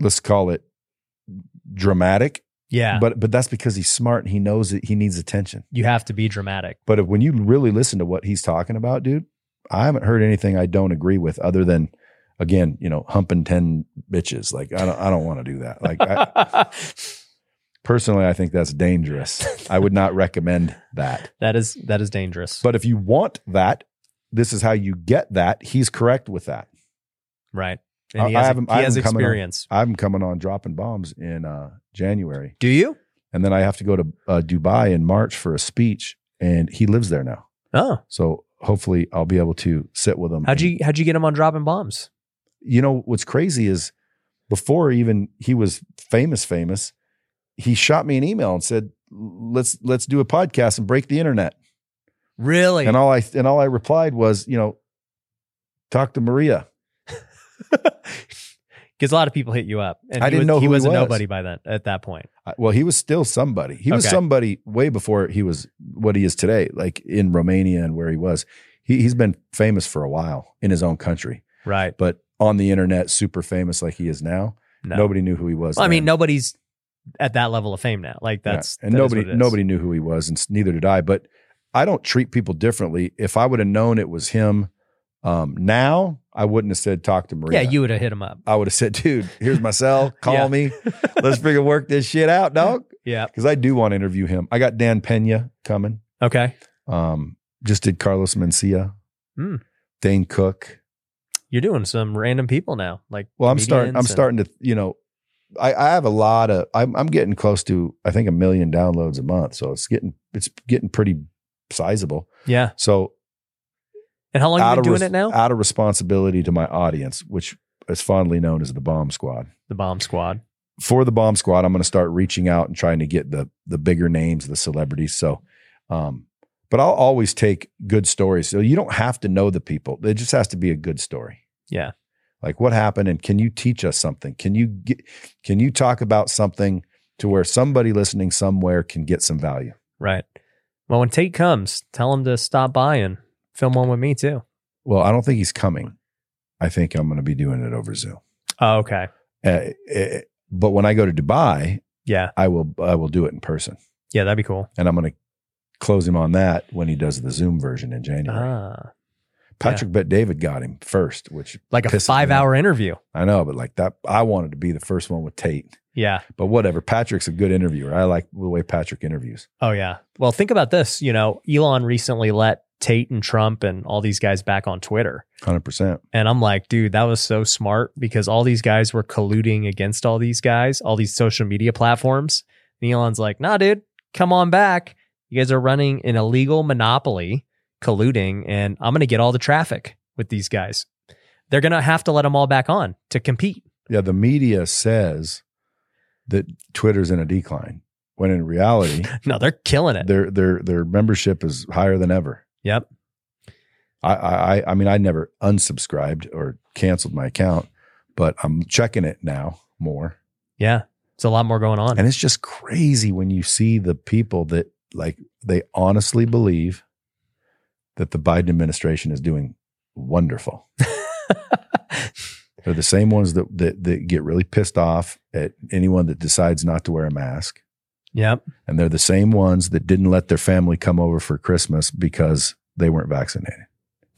Speaker 1: let's call it dramatic,
Speaker 2: Yeah.
Speaker 1: but but that's because he's smart and he knows that he needs attention.
Speaker 2: you have to be dramatic.
Speaker 1: But if, when you really listen to what he's talking about, dude, I haven't heard anything I don't agree with other than again, you know, humping 10 bitches. Like I don't I don't want to do that. Like I, personally I think that's dangerous. I would not recommend that.
Speaker 2: that is that is dangerous.
Speaker 1: But if you want that, this is how you get that. He's correct with that.
Speaker 2: right.
Speaker 1: I-
Speaker 2: And he
Speaker 1: I
Speaker 2: has,
Speaker 1: have him- I
Speaker 2: he
Speaker 1: have
Speaker 2: has
Speaker 1: him coming on.
Speaker 2: experience.
Speaker 1: I'm coming on dropping bombs in uh, January,
Speaker 2: Do you?
Speaker 1: and then I have to go to uh, Dubai in March for a speech. And he lives there now,
Speaker 2: Oh.
Speaker 1: so hopefully I'll be able to sit with him.
Speaker 2: How'd you how'd you get him on dropping bombs?
Speaker 1: You know what's crazy is before even he was famous, famous, he shot me an email and said, "Let's let's do a podcast and break the internet."
Speaker 2: Really?
Speaker 1: And all I and all I replied was, you know, talk to Maria.
Speaker 2: Because a lot of people hit you up. And
Speaker 1: I
Speaker 2: he
Speaker 1: didn't
Speaker 2: was,
Speaker 1: know
Speaker 2: he
Speaker 1: who he
Speaker 2: was,
Speaker 1: was.
Speaker 2: a nobody by that at that point.
Speaker 1: I- Well, he was still somebody. He was
Speaker 2: Okay.
Speaker 1: somebody way before he was what he is today, like in Romania and where he was. He, he's been famous for a while in his own country,
Speaker 2: Right.
Speaker 1: but on the internet, super famous like he is now.
Speaker 2: No.
Speaker 1: Nobody knew who he was.
Speaker 2: Well, I mean,
Speaker 1: then.
Speaker 2: nobody's at that level of fame now. Like
Speaker 1: Yeah.
Speaker 2: that's
Speaker 1: and
Speaker 2: that is
Speaker 1: nobody
Speaker 2: what it is.
Speaker 1: nobody knew who he was, and s- neither did I. But I don't treat people differently. If I would have known it was him um, now, I wouldn't have said talk to Maria.
Speaker 2: Yeah, you would have hit him up.
Speaker 1: I would have said, dude, here's my cell. Call
Speaker 2: Yeah.
Speaker 1: me. Let's freaking work this shit out, dog.
Speaker 2: Yeah.
Speaker 1: Because I do want to interview him. I got Dan Pena coming.
Speaker 2: Okay.
Speaker 1: Um, just did Carlos Mencia,
Speaker 2: Hmm.
Speaker 1: Dane Cook.
Speaker 2: You're doing some random people now. Like
Speaker 1: Well, I'm starting. I'm
Speaker 2: comedians and-
Speaker 1: starting to. You know, I, I have a lot of. I'm, I'm getting close to. I think a million downloads a month. So it's getting. It's getting pretty sizable.
Speaker 2: Yeah.
Speaker 1: So
Speaker 2: And how long
Speaker 1: out
Speaker 2: you
Speaker 1: of
Speaker 2: been doing
Speaker 1: res-
Speaker 2: it now?
Speaker 1: out of responsibility to my audience, which is fondly known as the Bomb Squad.
Speaker 2: the bomb squad.
Speaker 1: for the bomb squad, I'm going to start reaching out and trying to get the the bigger names, the celebrities. So, um, but I'll always take good stories. So you don't have to know the people; it just has to be a good story.
Speaker 2: Yeah.
Speaker 1: like what happened, and can you teach us something? Can you get, can you talk about something to where somebody listening somewhere can get some value?
Speaker 2: Right. Well, when Tate comes, tell him to stop by and film one with me too.
Speaker 1: Well, I don't think he's coming. I think I'm going to be doing it over Zoom.
Speaker 2: Oh, okay.
Speaker 1: Uh, eh, but when I go to Dubai,
Speaker 2: Yeah.
Speaker 1: I will I will do it in person.
Speaker 2: Yeah, that'd be cool.
Speaker 1: and I'm going to close him on that when he does the Zoom version in January.
Speaker 2: Ah.
Speaker 1: Patrick Bet David got him first, which
Speaker 2: Like a
Speaker 1: Pisses me
Speaker 2: five hour interview.
Speaker 1: I know, but like that, I wanted to be the first one with Tate.
Speaker 2: Yeah.
Speaker 1: But whatever, Patrick's a good interviewer. I like the way Patrick interviews.
Speaker 2: Oh yeah. Well, think about this. You know, Elon recently let Tate and Trump and all these guys back on Twitter.
Speaker 1: Hundred percent.
Speaker 2: And I'm like, dude, that was so smart because all these guys were colluding against all these guys, all these social media platforms. And Elon's like, nah, dude, come on back. You guys are running an illegal monopoly, colluding, and I'm going to get all the traffic with these guys. They're going to have to let them all back on to compete.
Speaker 1: Yeah, the media says that Twitter's in a decline, when in reality,
Speaker 2: No, they're killing it.
Speaker 1: their their their membership is higher than ever.
Speaker 2: Uh. Yep.
Speaker 1: I I I- I mean, I never unsubscribed or canceled my account, but I'm checking it now more.
Speaker 2: yeah. It's a lot more going on.
Speaker 1: And it's just crazy when you see the people that like they honestly believe that the Biden administration is doing wonderful. They're the same ones that, that that get really pissed off at anyone that decides not to wear a mask.
Speaker 2: yep.
Speaker 1: And they're the same ones that didn't let their family come over for Christmas because they weren't vaccinated.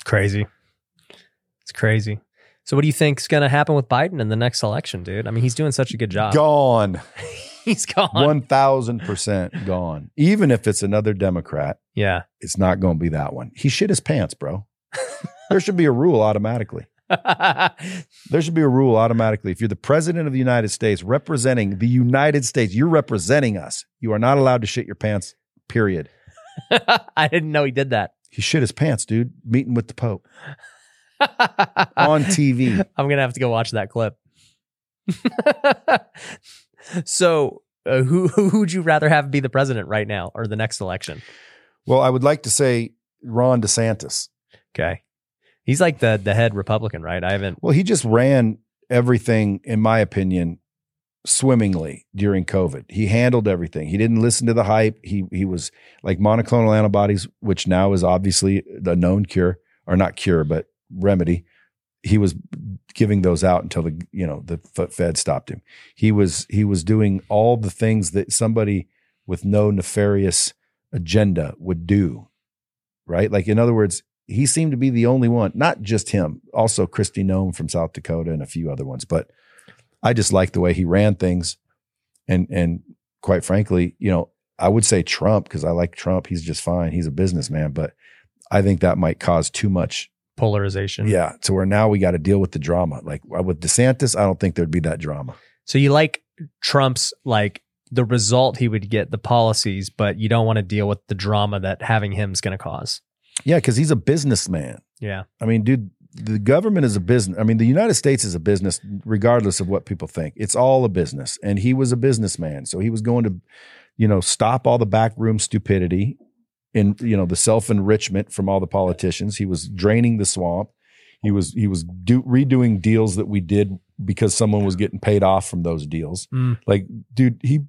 Speaker 2: Crazy. It's crazy. So, what do you think's going to happen with Biden in the next election, dude? I mean, he's doing such a good job.
Speaker 1: Gone.
Speaker 2: he's gone.
Speaker 1: 1000% gone. Even if it's another Democrat,
Speaker 2: yeah.
Speaker 1: it's not going to be that one. He shit his pants, bro. there should be a rule automatically. There should be a rule automatically. If you're the president of the United States representing the United States, you're representing us. You are not allowed to shit your pants, period.
Speaker 2: I didn't know he did that.
Speaker 1: He shit his pants, dude, meeting with the Pope
Speaker 2: Uh,
Speaker 1: on TV.
Speaker 2: I'm gonna have to go watch that clip. so, uh, who who would you rather have be the president right now or the next election?
Speaker 1: Well, I would like to say Ron DeSantis.
Speaker 2: Okay, he's like the the head Republican, right? I haven't.
Speaker 1: Well, he just ran everything, in my opinion, swimmingly during COVID. He handled everything. He didn't listen to the hype. He he was like monoclonal antibodies, which now is obviously the known cure or not cure, but remedy. He was giving those out until the you know the f- Fed stopped him. He was he was doing all the things that somebody with no nefarious agenda would do, right? Like in other words, he seemed to be the only one, not just him, also Christy Nome from South Dakota and a few other ones, but I just like the way he ran things. And and quite frankly, you know, I would say Trump because I like Trump. He's just fine. He's a businessman, but I think that might cause too much.
Speaker 2: Polarization.
Speaker 1: Yeah, to where now we got to deal with the drama. Like uh, with DeSantis, I don't think there'd be that drama.
Speaker 2: So you like Trump's like the result he would get, the policies, but you don't want to deal with the drama that having him's going to cause.
Speaker 1: Yeah, because he's a businessman.
Speaker 2: Yeah.
Speaker 1: I mean, dude, the government is a business. I mean, the United States is a business, regardless of what people think. It's all a business. And he was a businessman. So he was going to, you know, stop all the backroom stupidity and, you know, the self enrichment from all the politicians. He was draining the swamp. He was he was do, redoing deals that we did because someone was getting paid off from those deals.
Speaker 2: Mm.
Speaker 1: Like, dude, he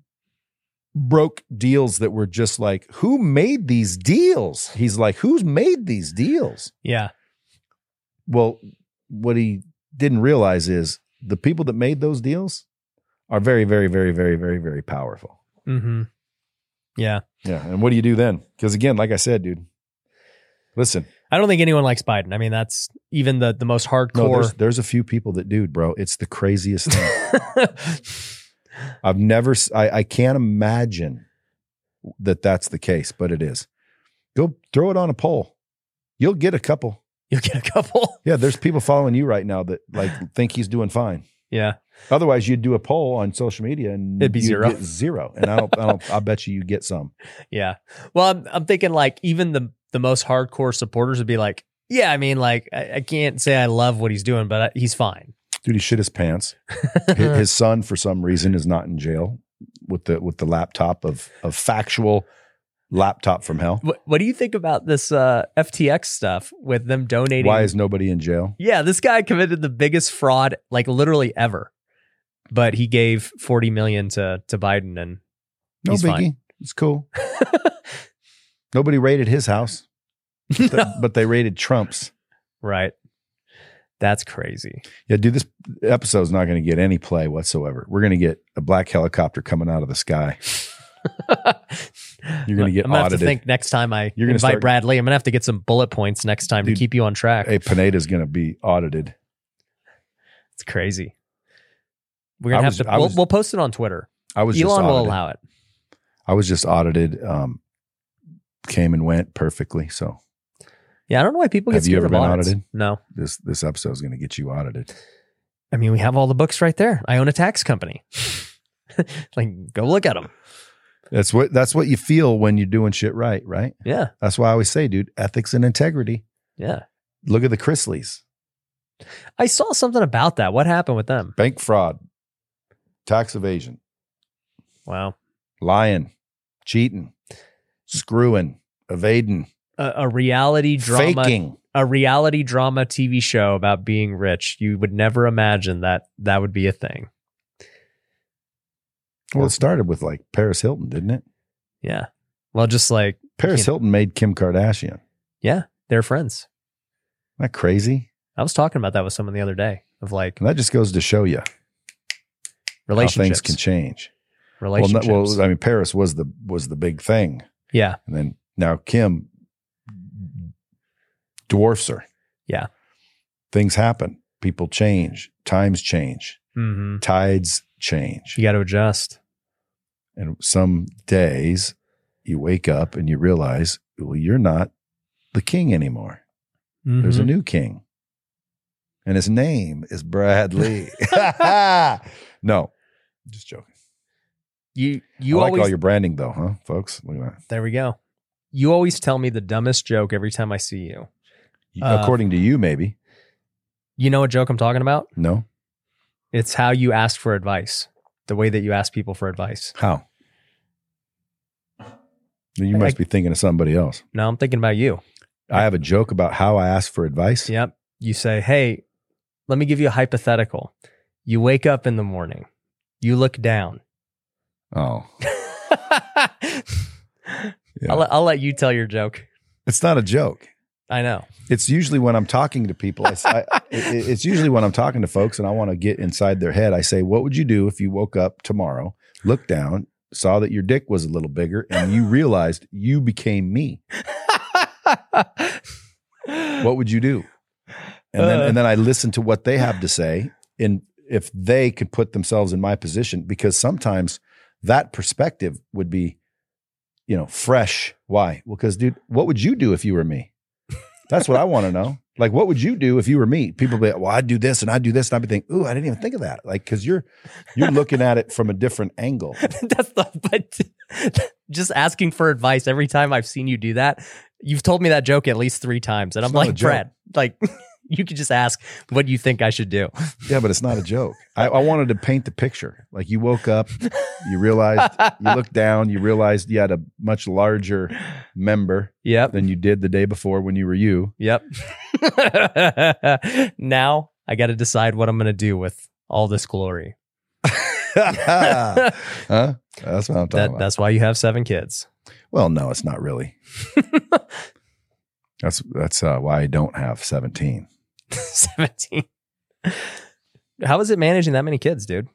Speaker 1: broke deals that were just like, who made these deals? He's like, who's made these deals?
Speaker 2: Yeah.
Speaker 1: Well, what he didn't realize is the people that made those deals are very, very, very, very, very, very powerful.
Speaker 2: Mm-hmm. Yeah.
Speaker 1: Yeah. And what do you do then? Because again, like I said, dude, listen,
Speaker 2: I don't think anyone likes Biden. I mean, that's even the, the most
Speaker 1: no,
Speaker 2: hardcore.
Speaker 1: there's, there's a few people that do, bro. It's the craziest thing. I've never, s- I, I can't imagine that that's the case, but it is. Go throw it on a poll. You'll get a couple.
Speaker 2: You'll get a couple.
Speaker 1: Yeah, there's people following you right now that like think he's doing fine.
Speaker 2: Yeah.
Speaker 1: Otherwise, you'd do a poll on social media and
Speaker 2: It'd be
Speaker 1: you'd
Speaker 2: zero.
Speaker 1: get zero. And I don't, I don't, I bet you you get some.
Speaker 2: Yeah. Well, I'm, I'm thinking like even the the most hardcore supporters would be like, yeah, I mean, like I, I can't say I love what he's doing, but I, he's fine.
Speaker 1: Dude, he shit his pants. Hi- His son, for some reason, is not in jail with the with the laptop of of factual laptop from hell.
Speaker 2: what, what do you think about this uh, FTX stuff with them donating?
Speaker 1: Why is nobody in jail?
Speaker 2: yeah, this guy committed the biggest fraud like literally ever, but he gave forty million to to Biden and
Speaker 1: No
Speaker 2: He's
Speaker 1: biggie.
Speaker 2: fine.
Speaker 1: It's cool. nobody raided his house, but,
Speaker 2: No.
Speaker 1: but they raided Trump's.
Speaker 2: right. That's crazy.
Speaker 1: Yeah, dude, this episode's not going to get any play whatsoever. We're going to get a black helicopter coming out of the sky. You're gonna get
Speaker 2: I'm gonna have to
Speaker 1: audited.
Speaker 2: think next time I
Speaker 1: You're gonna
Speaker 2: invite
Speaker 1: start-
Speaker 2: Bradley. I'm gonna have to get some bullet points next time
Speaker 1: Dude.
Speaker 2: to keep you on track.
Speaker 1: Hey, Pineda's going to be audited.
Speaker 2: It's crazy. We're
Speaker 1: I
Speaker 2: gonna
Speaker 1: was-
Speaker 2: have to.
Speaker 1: I
Speaker 2: We'll,
Speaker 1: was-
Speaker 2: we'll post it on Twitter.
Speaker 1: I was just
Speaker 2: Elon will
Speaker 1: audited.
Speaker 2: allow it.
Speaker 1: I was just audited. Um, came and went perfectly. So
Speaker 2: Yeah, I don't know why people get
Speaker 1: Have you ever
Speaker 2: scared of
Speaker 1: been
Speaker 2: audits.
Speaker 1: audited?
Speaker 2: No,
Speaker 1: this this episode is going to get you audited.
Speaker 2: I mean we have all the books right there. I own a tax company. like, go look at them.
Speaker 1: That's what that's what you feel when you're doing shit right, right?
Speaker 2: Yeah,
Speaker 1: That's why I always say, dude, ethics and integrity.
Speaker 2: yeah.
Speaker 1: Look at the Chrisleys,
Speaker 2: I saw something about that. What happened with them?
Speaker 1: bank fraud, tax evasion,
Speaker 2: Wow,
Speaker 1: lying, cheating, screwing, evading,
Speaker 2: a, a reality drama,
Speaker 1: faking.
Speaker 2: a reality drama TV show about being rich. You would never imagine that that would be a thing.
Speaker 1: Well, it started with like Paris Hilton, didn't it?
Speaker 2: Yeah. Well, just like
Speaker 1: Paris
Speaker 2: Yeah.
Speaker 1: Hilton made Kim Kardashian.
Speaker 2: they're friends.
Speaker 1: Isn't that crazy?
Speaker 2: I was talking about that with someone the other day of like
Speaker 1: And that just goes to show you how
Speaker 2: relationships.
Speaker 1: things can change. Well, no,
Speaker 2: relationships.
Speaker 1: well, I mean, Paris was the was the big thing,
Speaker 2: yeah.
Speaker 1: and then now Kim dwarfs her.
Speaker 2: Yeah.
Speaker 1: things happen. People change. Times change.
Speaker 2: Mm-hmm.
Speaker 1: Tides change.
Speaker 2: You got to adjust.
Speaker 1: And some days, you wake up and you realize, well, you're not the king anymore. There's a
Speaker 2: Mm-hmm.
Speaker 1: new king. And his name is Bradley. no, just joking.
Speaker 2: you
Speaker 1: You
Speaker 2: you
Speaker 1: I like
Speaker 2: always
Speaker 1: all your branding though, huh, folks? Look at
Speaker 2: there we go. You always tell me the dumbest joke every time I see you.
Speaker 1: that.
Speaker 2: Uh,
Speaker 1: According to you, maybe.
Speaker 2: You know what joke I'm talking about?
Speaker 1: No?
Speaker 2: It's how you ask for advice. The way that you ask people for advice.
Speaker 1: How? You must
Speaker 2: I-
Speaker 1: be thinking of somebody else.
Speaker 2: Now I'm thinking about you.
Speaker 1: I have a joke about how I ask for advice.
Speaker 2: Yep. You say, "Hey, let me give you a hypothetical. You wake up in the morning You look down.
Speaker 1: Oh, yeah.
Speaker 2: I'll, let- I'll let you tell your joke.
Speaker 1: it's not a joke.
Speaker 2: I know.
Speaker 1: It's usually when I'm talking to people. I, s- I- it- it- it's usually when I'm talking to folks and I want to get inside their head. I say, "What would you do if you woke up tomorrow, looked down, saw that your dick was a little bigger, and you realized you became me? What would you do?" And then and then I listen to what they have to say, and if they could put themselves in my position, because sometimes that perspective would be, you know, fresh. Why? Well, because dude, what would you do if you were me? That's what I want to know. Like, what would you do if you were me? People be like, well, I'd do this and I'd do this. And I'd be thinking, ooh, I didn't even think of that. Like, cause you're, you're looking at it from a different angle.
Speaker 2: That's the but just asking for advice every time I've seen you do that. You've told me that joke at least three times, and
Speaker 1: It's
Speaker 2: I'm
Speaker 1: not a
Speaker 2: like,
Speaker 1: joke.
Speaker 2: Brad, like you could just ask what do you think I should do.
Speaker 1: Yeah, but it's not a joke. I, I wanted to paint the picture. Like you woke up, you realized, you looked down, you realized you had a much larger member
Speaker 2: yep,
Speaker 1: than you did the day before when you were you.
Speaker 2: yep. now I got to decide what I'm going to do with all this glory.
Speaker 1: huh? That's what I'm talking
Speaker 2: that,
Speaker 1: about.
Speaker 2: that's why you have seven kids.
Speaker 1: Well, no, it's not really. that's that's uh, why I don't have 17.
Speaker 2: 17. How is it managing that many kids, dude?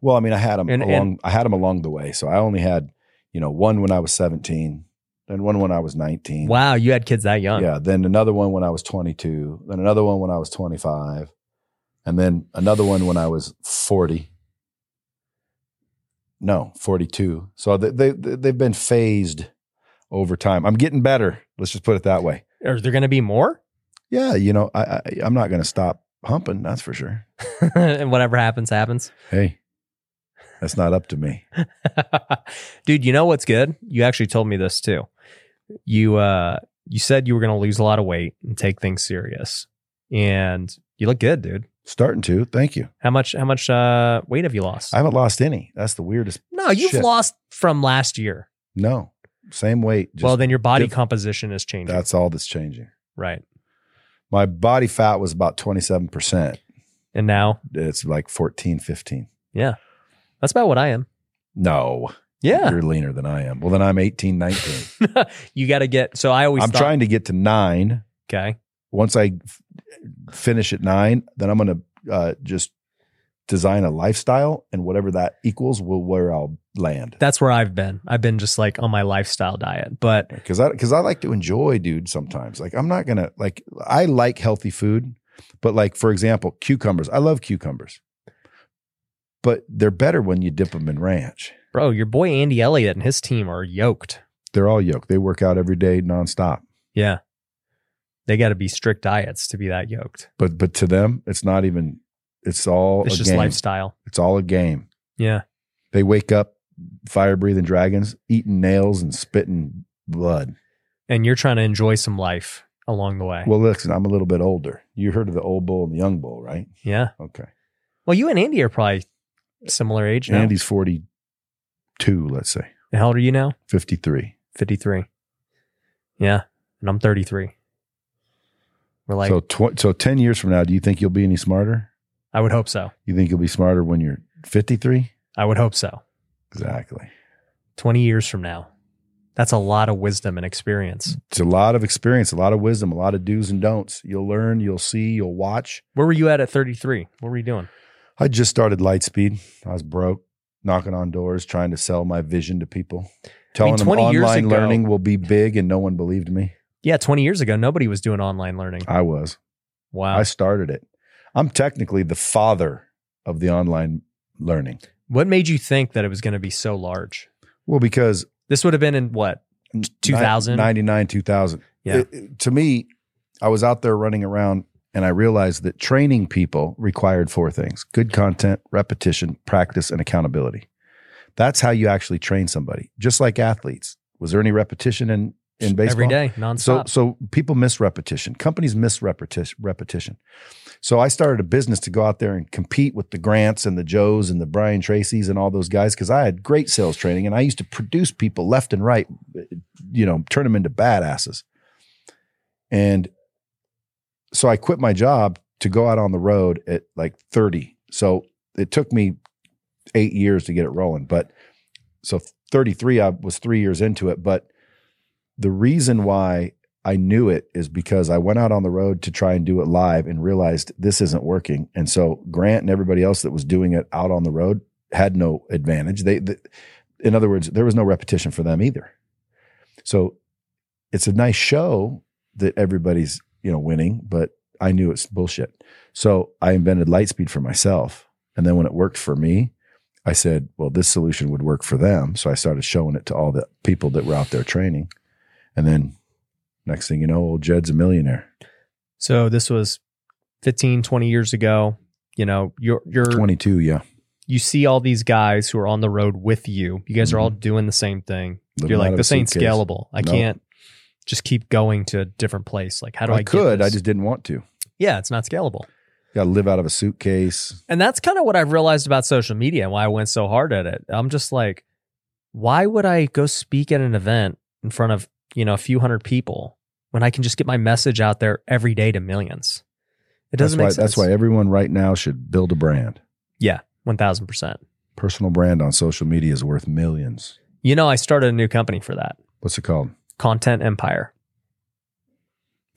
Speaker 1: Well, I mean, I had them
Speaker 2: And-
Speaker 1: along.
Speaker 2: and-
Speaker 1: I had 'em along the way, so I only had you know one when I was 17, then one when I was 19.
Speaker 2: Wow, you had kids that young.
Speaker 1: Yeah, then another one when I was 22, then another one when I was 25, and then another one when I was 40. No, 42. So they, they they- they've been phased over time. I'm getting better. Let's just put it that way.
Speaker 2: Are there going to be more?
Speaker 1: Yeah, you know, I, I I'm not going to stop humping. That's for sure.
Speaker 2: and whatever happens, happens.
Speaker 1: Hey, that's not up to me.
Speaker 2: Dude, you know what's good? You actually told me this too. You uh you said you were going to lose a lot of weight and take things serious. And you look good, dude.
Speaker 1: Starting to. Thank you.
Speaker 2: How much how much uh weight have you lost?
Speaker 1: I haven't lost any. That's the weirdest.
Speaker 2: no, you've
Speaker 1: shit.
Speaker 2: lost from last year.
Speaker 1: No, same weight. Just
Speaker 2: well, then your body
Speaker 1: diff-
Speaker 2: composition is changing.
Speaker 1: that's all that's changing.
Speaker 2: right.
Speaker 1: My body fat was about 27%.
Speaker 2: And now
Speaker 1: It's like 14, 15.
Speaker 2: that's about what I am.
Speaker 1: No.
Speaker 2: Yeah.
Speaker 1: You're leaner than I am. Well, then I'm 18, 19.
Speaker 2: you got to get so I always
Speaker 1: I'm
Speaker 2: thought,
Speaker 1: trying to get to nine.
Speaker 2: okay.
Speaker 1: Once I f- finish at nine, then I'm going to uh, just design a lifestyle and whatever that equals will where I'll land.
Speaker 2: That's where I've been. I've been just like on my lifestyle diet, but
Speaker 1: because I because I like to enjoy, dude. Sometimes, like I'm not gonna like I like healthy food, but like for example, cucumbers. I love cucumbers, but they're better when you dip them in ranch.
Speaker 2: bro, your boy Andy Elliott and his team are yoked.
Speaker 1: They're all yolk. They work out every day nonstop.
Speaker 2: Yeah. They got to be strict diets to be that yoked.
Speaker 1: But but to them, it's not even. It's all
Speaker 2: It's
Speaker 1: a
Speaker 2: just
Speaker 1: game.
Speaker 2: lifestyle.
Speaker 1: It's all a game.
Speaker 2: Yeah.
Speaker 1: They wake up, fire breathing dragons, eating nails and spitting blood.
Speaker 2: And you're trying to enjoy some life along the way.
Speaker 1: Well, listen, I'm a little bit older. You heard of the old bull and the young bull, right?
Speaker 2: yeah.
Speaker 1: Okay.
Speaker 2: Well, you and Andy are probably similar age now.
Speaker 1: Andy's 42, let's say
Speaker 2: How old are you now?
Speaker 1: 53.
Speaker 2: 53. Yeah. And I'm 33. We're like,
Speaker 1: so tw- so 10 years from now do you think you'll be any smarter
Speaker 2: I would hope so.
Speaker 1: you think you'll be smarter when you're 53
Speaker 2: I would hope so.
Speaker 1: exactly
Speaker 2: 20 years from now. That's a lot of wisdom and experience.
Speaker 1: it's a lot of experience a lot of wisdom a lot of do's and don'ts you'll learn you'll see you'll watch
Speaker 2: Where were you at at 33? What were you doing?
Speaker 1: i just started lightspeed i was broke knocking on doors trying to sell my vision to people telling
Speaker 2: 20
Speaker 1: them
Speaker 2: years
Speaker 1: online
Speaker 2: ago-
Speaker 1: learning will be big and no one believed me
Speaker 2: Yeah, 20 years ago, nobody was doing online learning.
Speaker 1: i was
Speaker 2: Wow.
Speaker 1: i started it i'm technically the father of the online learning
Speaker 2: what made you think that it was going to be so large?
Speaker 1: well because
Speaker 2: This would have been in what? 2000?
Speaker 1: 99 2000
Speaker 2: Yeah.
Speaker 1: It- it- to me i was out there running around and i realized that training people required four things good content repetition practice and accountability that's how you actually train somebody just like athletes was there any repetition in in baseball
Speaker 2: Every day,
Speaker 1: so,
Speaker 2: nonstop.
Speaker 1: so people miss repetition. Companies miss repetition. Repetition. So I started a business to go out there and compete with the Grants and the Joes and the Brian Tracys and all those guys because I had great sales training and I used to produce people left and right, you know, turn them into badasses. And so I quit my job to go out on the road at like 30. So it took me eight years to get it rolling. But so 33, I was three years into it. But the reason why I knew it is because I went out on the road to try and do it live and realized this isn't working. And so Grant and everybody else that was doing it out on the road had no advantage. They, th- in other words, there was no repetition for them either. So it's a nice show that everybody's, you know, winning, but I knew it's bullshit. So I invented Lightspeed for myself. And then when it worked for me, I said, well, this solution would work for them. So I started showing it to all the people that were out there training. And then next thing you know, old Jed's a millionaire.
Speaker 2: So this was 15, 20 years ago. You know, you're you're
Speaker 1: 22, yeah.
Speaker 2: you see all these guys who are on the road with you. You guys are all doing the same thing.
Speaker 1: Living
Speaker 2: You're
Speaker 1: out
Speaker 2: like,
Speaker 1: of
Speaker 2: this
Speaker 1: Mm-hmm. a
Speaker 2: ain't
Speaker 1: suitcase.
Speaker 2: scalable. I
Speaker 1: No.
Speaker 2: can't just keep going to a different place. Like, how do I,
Speaker 1: I could,
Speaker 2: Get
Speaker 1: I
Speaker 2: this?
Speaker 1: just didn't want to.
Speaker 2: yeah, it's not scalable.
Speaker 1: Got to live out of a suitcase.
Speaker 2: And that's kind of what I've realized about social media and why I went so hard at it. I'm just like, why would I go speak at an event in front of, you know, a few hundred people when I can just get my message out there every day to millions? It
Speaker 1: That's
Speaker 2: doesn't
Speaker 1: why,
Speaker 2: make sense.
Speaker 1: that's why everyone right now should build a brand.
Speaker 2: Yeah, 1000%.
Speaker 1: Personal brand on social media is worth millions.
Speaker 2: You know, I started a new company for that,
Speaker 1: What's it called?
Speaker 2: Content Empire.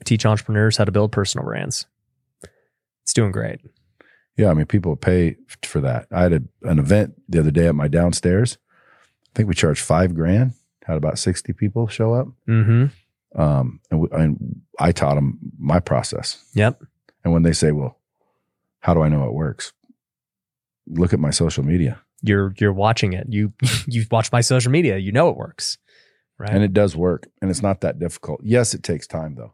Speaker 2: I teach entrepreneurs how to build personal brands. It's doing great.
Speaker 1: Yeah, I mean, people pay f- for that. I had a, an event the other day at my downstairs. I think we charged five grand. Had about sixty people show up,
Speaker 2: Mm-hmm.
Speaker 1: um, and, we, and I taught them my process.
Speaker 2: Yep.
Speaker 1: And when they say, "Well, how do I know it works?" Look at my social media,
Speaker 2: You're you're watching it. You you've watched my social media. You know it works. Right.
Speaker 1: and it does work, and it's not that difficult. Yes, it takes time though.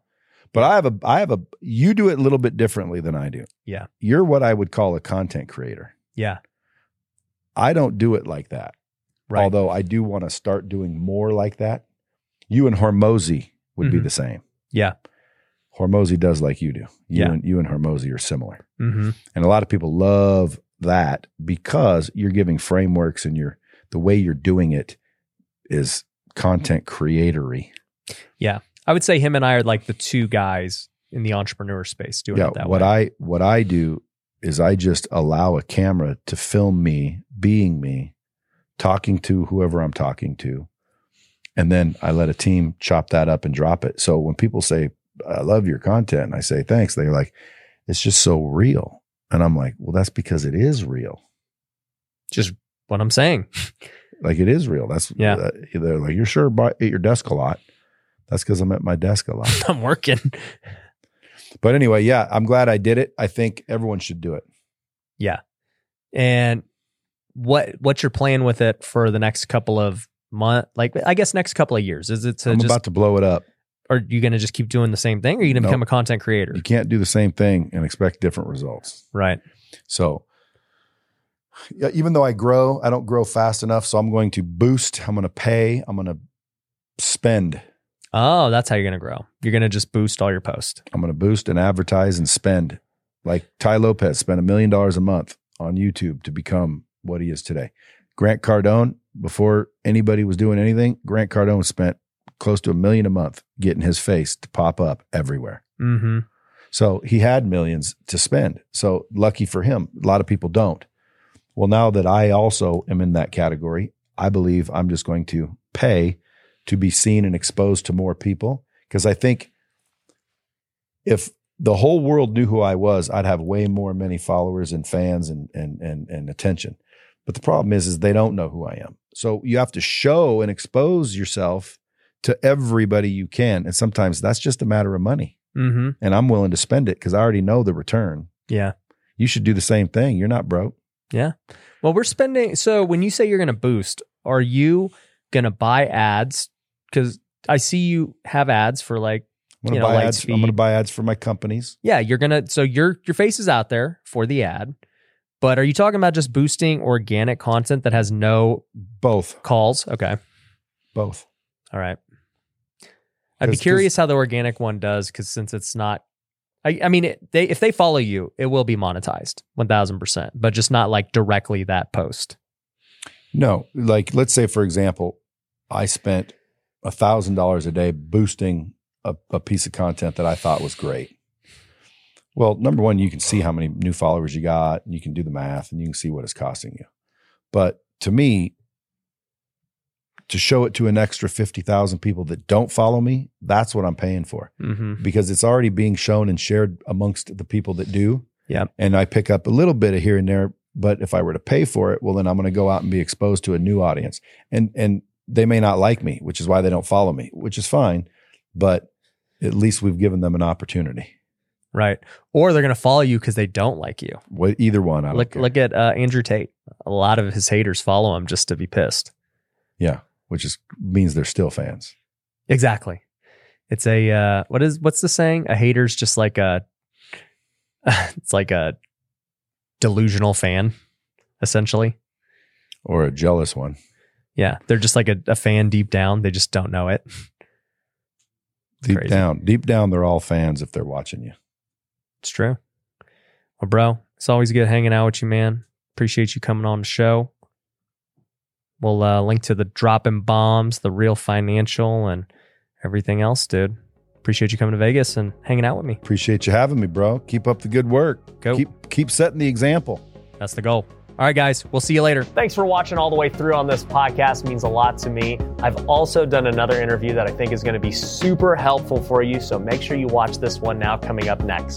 Speaker 1: But I have a, I have a. You do it a little bit differently than I do.
Speaker 2: Yeah.
Speaker 1: you're what I would call a content creator.
Speaker 2: yeah.
Speaker 1: I don't do it like that.
Speaker 2: Right.
Speaker 1: Although I do want to start doing more like that. You and Hormozy would be
Speaker 2: Mhm.
Speaker 1: the same.
Speaker 2: Yeah.
Speaker 1: Hormozy does like you do. You
Speaker 2: Yeah.
Speaker 1: and you and Hormozy are similar.
Speaker 2: Mm-hmm.
Speaker 1: And a lot of people love that because you're giving frameworks and you're the way you're doing it is content creatory.
Speaker 2: I would say him and I are like the two guys in the entrepreneur space doing it that
Speaker 1: what
Speaker 2: way.
Speaker 1: I what I do is I just allow a camera to film me being me, talking to whoever I'm talking to, and then I let a team chop that up and drop it. So when people say I love your content, and I say thanks, they're like, it's just so real, and I'm like, well, that's because it is real.
Speaker 2: Just what I'm saying.
Speaker 1: Like it is real. That's
Speaker 2: Yeah.
Speaker 1: uh, they're like, you're sure by, at your desk a lot. That's because I'm at my desk a lot.
Speaker 2: I'm working.
Speaker 1: but anyway, yeah, I'm glad I did it. I think everyone should do it.
Speaker 2: And what what's your plan with it for the next couple of month? Like I guess next couple of years. Is it to
Speaker 1: I'm
Speaker 2: just
Speaker 1: about to blow it up.
Speaker 2: are you going to just keep doing the same thing? Or are you going to
Speaker 1: Nope.
Speaker 2: become a content creator?
Speaker 1: You can't do the same thing and expect different results.
Speaker 2: Right.
Speaker 1: So, yeah, even though I grow, I don't grow fast enough. So I'm going to boost. I'm going to pay. I'm going to spend.
Speaker 2: Oh, that's how you're going to grow. You're going to just boost all your posts.
Speaker 1: I'm going to boost and advertise and spend. Like Ty Lopez spent a million dollars a month on YouTube to become what he is today. Grant Cardone, before anybody was doing anything, Grant Cardone spent close to a million a month getting his face to pop up everywhere.
Speaker 2: Mm-hmm.
Speaker 1: So he had millions to spend. So lucky for him, a lot of people don't. Well, now that I also am in that category, I believe I'm just going to pay to be seen and exposed to more people because I think if the whole world knew who I was, I'd have way more many followers and fans and and and, and attention. But the problem is is they don't know who I am. So you have to show and expose yourself to everybody you can and sometimes that's just a matter of money
Speaker 2: Mm-hmm.
Speaker 1: and I'm willing to spend it because I already know the return.
Speaker 2: Yeah.
Speaker 1: You should do the same thing. You're not broke.
Speaker 2: Well, we're spending. So when you say you're going to boost, are you going to buy ads? Because I see you have ads for like
Speaker 1: I'm gonna
Speaker 2: You know,
Speaker 1: buy
Speaker 2: lights
Speaker 1: ads. I'm gonna
Speaker 2: feed.
Speaker 1: buy ads for my companies.
Speaker 2: Yeah, you're gonna so your your face is out there for the ad, but are you talking about just boosting organic content that has no
Speaker 1: Both,
Speaker 2: calls? Okay,
Speaker 1: both.
Speaker 2: all right. I'd be
Speaker 1: 'Cause-
Speaker 2: curious how the organic one does because since it's not, I, I mean, it, they if they follow you, it will be monetized one thousand percent, but just not like directly that post.
Speaker 1: No, like let's say for example, I spent a thousand dollars a day boosting a, a piece of content that I thought was great. Well, number one, you can see how many new followers you got, and you can do the math, and you can see what it's costing you. But to me, to show it to an extra 50,000 people that don't follow me, that's what I'm paying for
Speaker 2: Mm-hmm.
Speaker 1: because it's already being shown and shared amongst the people that do.
Speaker 2: Yep.
Speaker 1: And I pick up a little bit of here and there, but if I were to pay for it, well then I'm going to go out and be exposed to a new audience. And and they may not like me, which is why they don't follow me, which is fine, but at least we've given them an opportunity.
Speaker 2: Right. Or they're going to follow you because they don't like you.
Speaker 1: What either one, I don't
Speaker 2: Look,
Speaker 1: care.
Speaker 2: look at uh, Andrew Tate. A lot of his haters follow him just to be pissed.
Speaker 1: yeah, which is means they're still fans.
Speaker 2: Exactly. It's a uh, what is what's the saying? A hater's just like a it's like a delusional fan, essentially.
Speaker 1: Or a jealous one.
Speaker 2: Yeah, they're just like a, a fan deep down. They just don't know it.
Speaker 1: Deep
Speaker 2: Crazy.
Speaker 1: down, deep down, they're all fans if they're watching you.
Speaker 2: It's true. Well, bro, it's always good hanging out with you, man. Appreciate you coming on the show. We'll uh, link to the dropping bombs, the real financial, and everything else, dude. Appreciate you coming to Vegas and hanging out with me.
Speaker 1: Appreciate you having me, bro. Keep up the good work.
Speaker 2: Go.
Speaker 1: Keep keep setting the example.
Speaker 2: That's the goal. All right, guys, we'll see you later. Thanks for watching all the way through on this podcast. It means a lot to me. I've also done another interview that I think is going to be super helpful for you. So make sure you watch this one now coming up next.